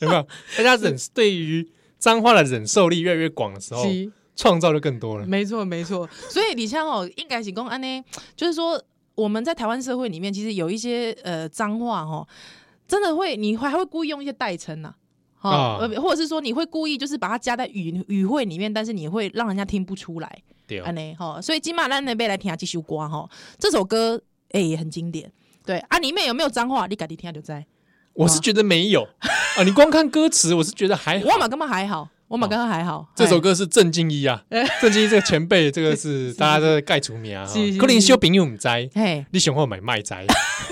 S2: 有没有？大家忍对于脏话的忍受力越来越广的时候，
S1: 是嗯
S2: 创造就更多了。
S1: 没错没错。所以李像哦，应该是讲安呢，就是说我们在台湾社会里面，其实有一些呃脏话哦，真的会你还还会故意用一些代称呐、哦，
S2: 啊
S1: 呃或者是说你会故意就是把它加在语语汇里面，但是你会让人家听不出来，
S2: 对哦
S1: 安呢哈。所以今晚咱那边来听下这首歌哈，这首歌哎、也很经典，对啊，里面有没有脏话？你赶紧听就知。
S2: 我是觉得 没有啊，你光看歌词，我是觉得还好
S1: 我。马刚刚还好，我马刚刚还好。
S2: 这首
S1: 歌
S2: 歌是郑敬一啊，
S1: 哎
S2: 郑敬一这个前辈，这个是大家都在盖除名啊
S1: 是是是。
S2: 可能修朋友唔知，
S1: 嘿，
S2: 你想后买卖知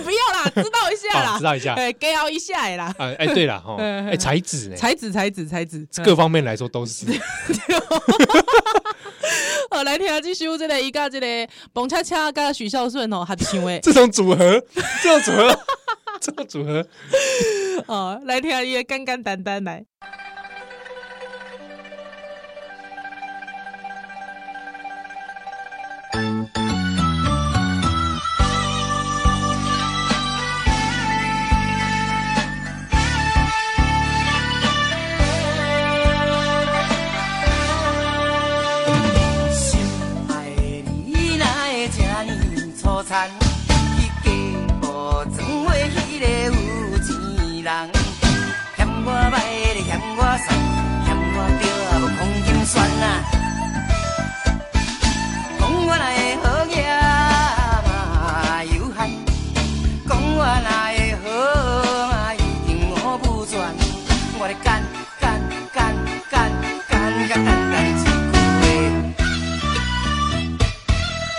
S1: 不要啦，知道一下
S2: 啊，
S1: 啦
S2: 知，道一下。
S1: 哎，给熬一下的啦。
S2: 啊，哎，对了哈，
S1: 嗯嗯
S2: 哎，才子呢，
S1: 才子，才子，才子，
S2: 各方面来说都是。
S1: 好来听下这首这个伊甲这个蹦恰恰甲许孝顺哦合唱的
S2: 这种组合，这种组合， 这种组合，
S1: 哦，来听伊的简简单单来。
S3: 心爱的你哪会这呢粗残？去嫁无装话迄个有钱人，嫌我歹咧，嫌我傻，嫌我对啊无空金酸啊，讲我哪会好嘢嘛有限，讲我哪会好嘛一定我不全，我咧干干干干干甲干干一句话。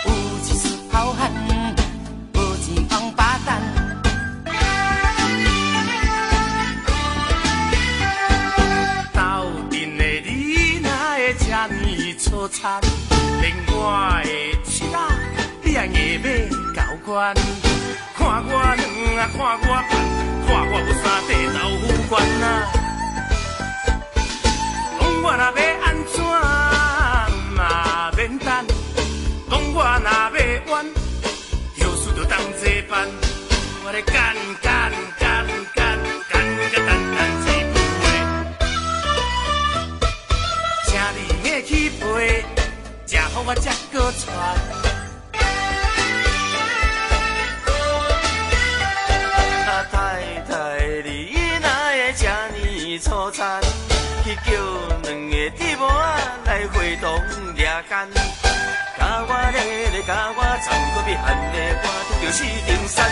S3: 有一丝好汉，有一王八蛋。斗阵的你哪会这呢粗残？连我的妻仔你也硬要交关？看我软啊，看我笨，看我有三块豆腐干啊！讲我若要安怎嘛免等。讲我若要冤，有事就同齐办。我咧干干干干干甲单单一句话，请你的去陪，吃好我才搁娶。啊太太，你哪会这呢粗残？去叫两个弟妹仔来会堂掠干，甲我咧咧，甲我藏，搁比汉咧，我拄着四顶山。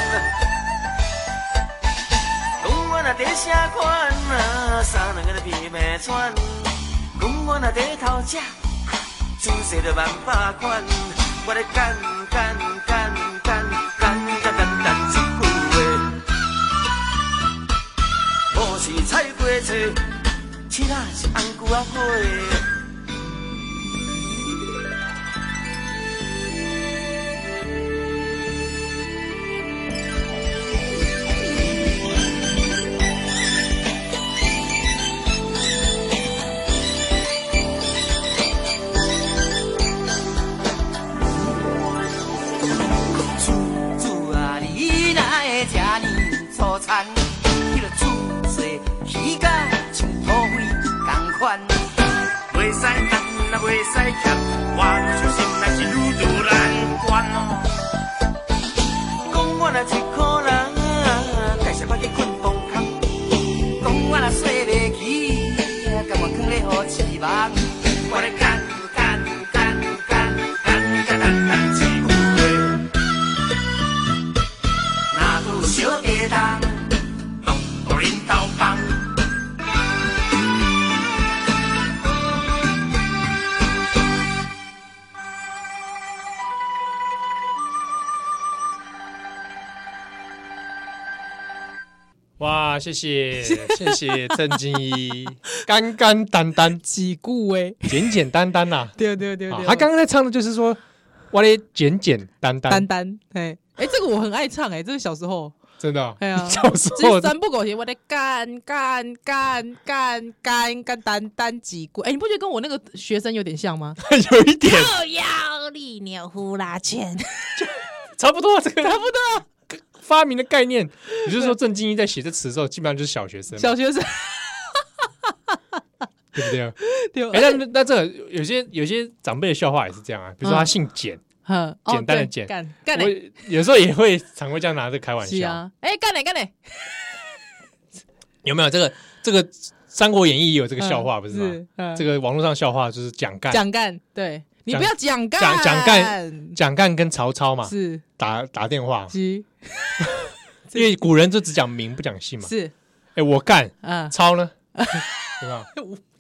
S3: 讲我若第啥款啊，三两个皮袂穿。讲我若第头吃，姿势着万百款。我咧干干干干干甲简单一句话。无是菜瓜菜，青仔是红菇仔花。厝厝啊，你哪会这呢粗残？迄个厝细起甲像土匪同款，袂使等啊，袂使欠，我就心内是愈多难关哦。讲我若一个啊人，介绍我去困崩空，讲我若洗袂起，甲我囥咧好翅膀，我咧干干干干干甲干干一句话。哪有小鸡蛋，拢互恁斗放。
S2: 哇，谢谢，谢谢郑敬一，干干单单，
S1: 几句诶，
S2: 简简单单呐。
S1: 对对对
S2: 啊
S1: 对，
S2: 他刚刚在唱的就是说，我的简简单单
S1: 单单，哎哎，这个我很爱唱哎，这个小时候
S2: 真的哦
S1: 哎呀，
S2: 小时候
S1: 这三不狗血，我的干干干干干干单单几股，哎，你不觉得跟我那个学生有点像吗？
S2: 有一点
S1: 又要力扭呼啦圈，
S2: 差不多，这个差不
S1: 啊
S2: 多。发明的概念，也就是说，郑经一在写这词的时候，基本上就是小学生嘛，
S1: 小学 生
S2: 对不对？
S1: 对吧
S2: 哎、？ 那那这个有些有些长辈的笑话也是这样啊，比如说他姓简，
S1: 嗯哦
S2: 简单 的
S1: 对
S2: 简
S1: 干干嘞，
S2: 我有时候也会常会这样拿着开玩
S1: 是
S2: 笑，
S1: 啊，哎，干嘞干嘞，
S2: 有没有？这个这个《三国演义》也有
S1: 嗯
S2: 这个笑话，不是吗？
S1: 吗
S2: 这个网络上笑话就是蒋干，
S1: 蒋嗯干，对你
S2: 蒋
S1: 不要蒋干，
S2: 蒋蒋干啊蒋干跟曹操嘛，
S1: 是
S2: 打打电话，
S1: 是
S2: 因为古人就只讲名不讲姓嘛。
S1: 是
S2: 哎、我干，
S1: 啊，
S2: 操呢？对吧？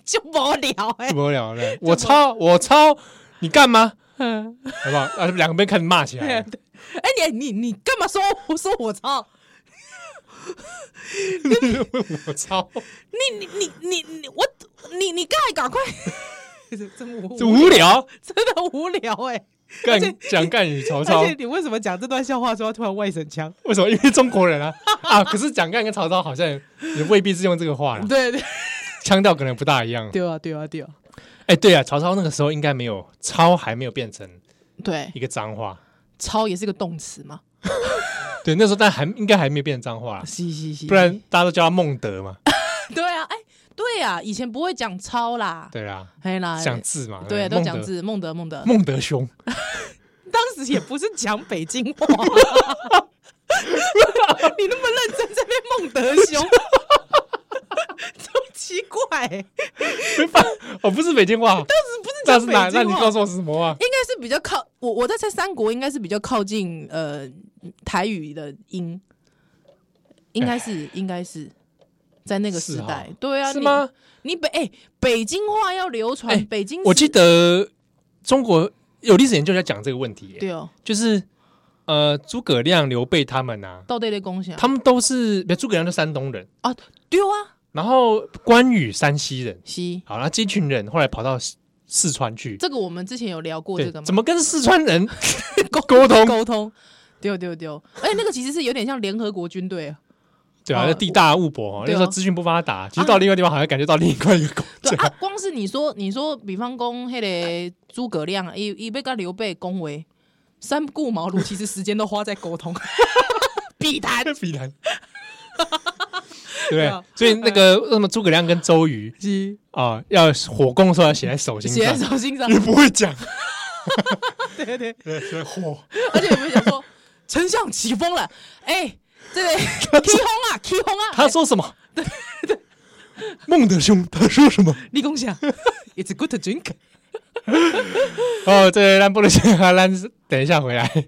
S1: 就无聊哎
S2: 不了 了，我操，我操，你干嘛？
S1: 嗯
S2: 好不好？啊，两边开始骂起来了，
S1: 哎，你你你干嘛说我说我操？
S2: 我操，
S1: 你你你你你我你你赶快赶快， 真无
S2: 这无聊，
S1: 真的无聊哎、
S2: 干蒋干与曹操
S4: 而，且你为什么讲这段笑话说突然外省腔？
S2: 为什么？因为中国人啊 啊！可是蒋干跟曹操好像也未必是用这个话啦，
S1: 对对
S2: 腔调可能不大一样。
S1: 对啊对啊对啊
S2: 哎，对啊，曹操那个时候应该没有“操”，还没有变成
S1: 对，
S2: 一个脏话。
S1: 超也是个动词嘛，
S2: 对，那时候但还应该还没有变成脏 话啦，
S1: 是是是，
S2: 不然大家都叫他孟德嘛。
S1: 对啊哎、对啊，以前不会讲超啦，
S2: 对啦，
S1: 嘿啦，
S2: 讲字嘛，
S1: 对啊都
S2: 孟
S1: 讲
S2: 德，
S1: 字，孟德孟德，
S2: 孟德兄，
S4: 当时也不是讲北京话，
S1: 你那么认真在被孟德兄，
S4: 奇怪、
S1: 欸
S2: 没办法哦，不是北京话，但是不是那是哪？
S4: 北京
S2: 那
S4: 话
S2: 你告诉我是什么话？
S1: 应该是比较靠我我在猜三国应该是比较靠近呃台语的音，应该是应该是在那个时
S2: 哎是哈
S1: 代，对啊，
S2: 是
S1: 你
S2: 吗？
S1: 你北哎、北京话要流传，
S2: 哎
S1: 北京
S2: 我
S1: 市
S2: 记得中国有历史研究在讲这个问题耶，
S1: 对哦，
S2: 就是呃，诸葛亮、刘备他们啊，
S1: 到底的贡献，
S2: 他们都是，比如诸葛亮是山东人，
S1: 啊对啊，
S2: 然后关羽山西人，
S1: 是
S2: 好，那这群人后来跑到四四川去，
S1: 这个我们之前有聊过
S2: 对
S1: 这个吗？
S2: 怎么跟四川人 沟通？
S1: 沟通？对对对，哎、那个其实是有点像联合国军队啊，
S2: 对啊，
S1: 哦
S2: 那地大物博哦，
S1: 对
S2: 那
S1: 哦
S2: 时候资讯不发达，其实到另外地方好像感觉到另外一个国
S1: 对
S2: 家，
S1: 啊，光是你说你说，比方讲那个诸葛亮啊，一一被跟刘备恭维，三顾茅庐，其实时间都花在沟 通，必谈
S2: 比 南。对
S1: 啊
S2: 不对？所以那个什么诸葛亮跟周瑜
S1: 机，
S2: 啊，要火攻的时候要写在手 心
S1: 写在
S2: 上，
S1: 手心上
S2: 你，不会讲，
S4: 对对，
S2: 对，所以火
S1: 而且有没有想说，丞相起风了，哎、这个 起风啊，起风啊！
S2: 他说什么？孟德兄，他说什么？
S1: 立功下，
S4: ，It's good drink，
S2: 哦，对，咱不能先啊，咱等一下回来。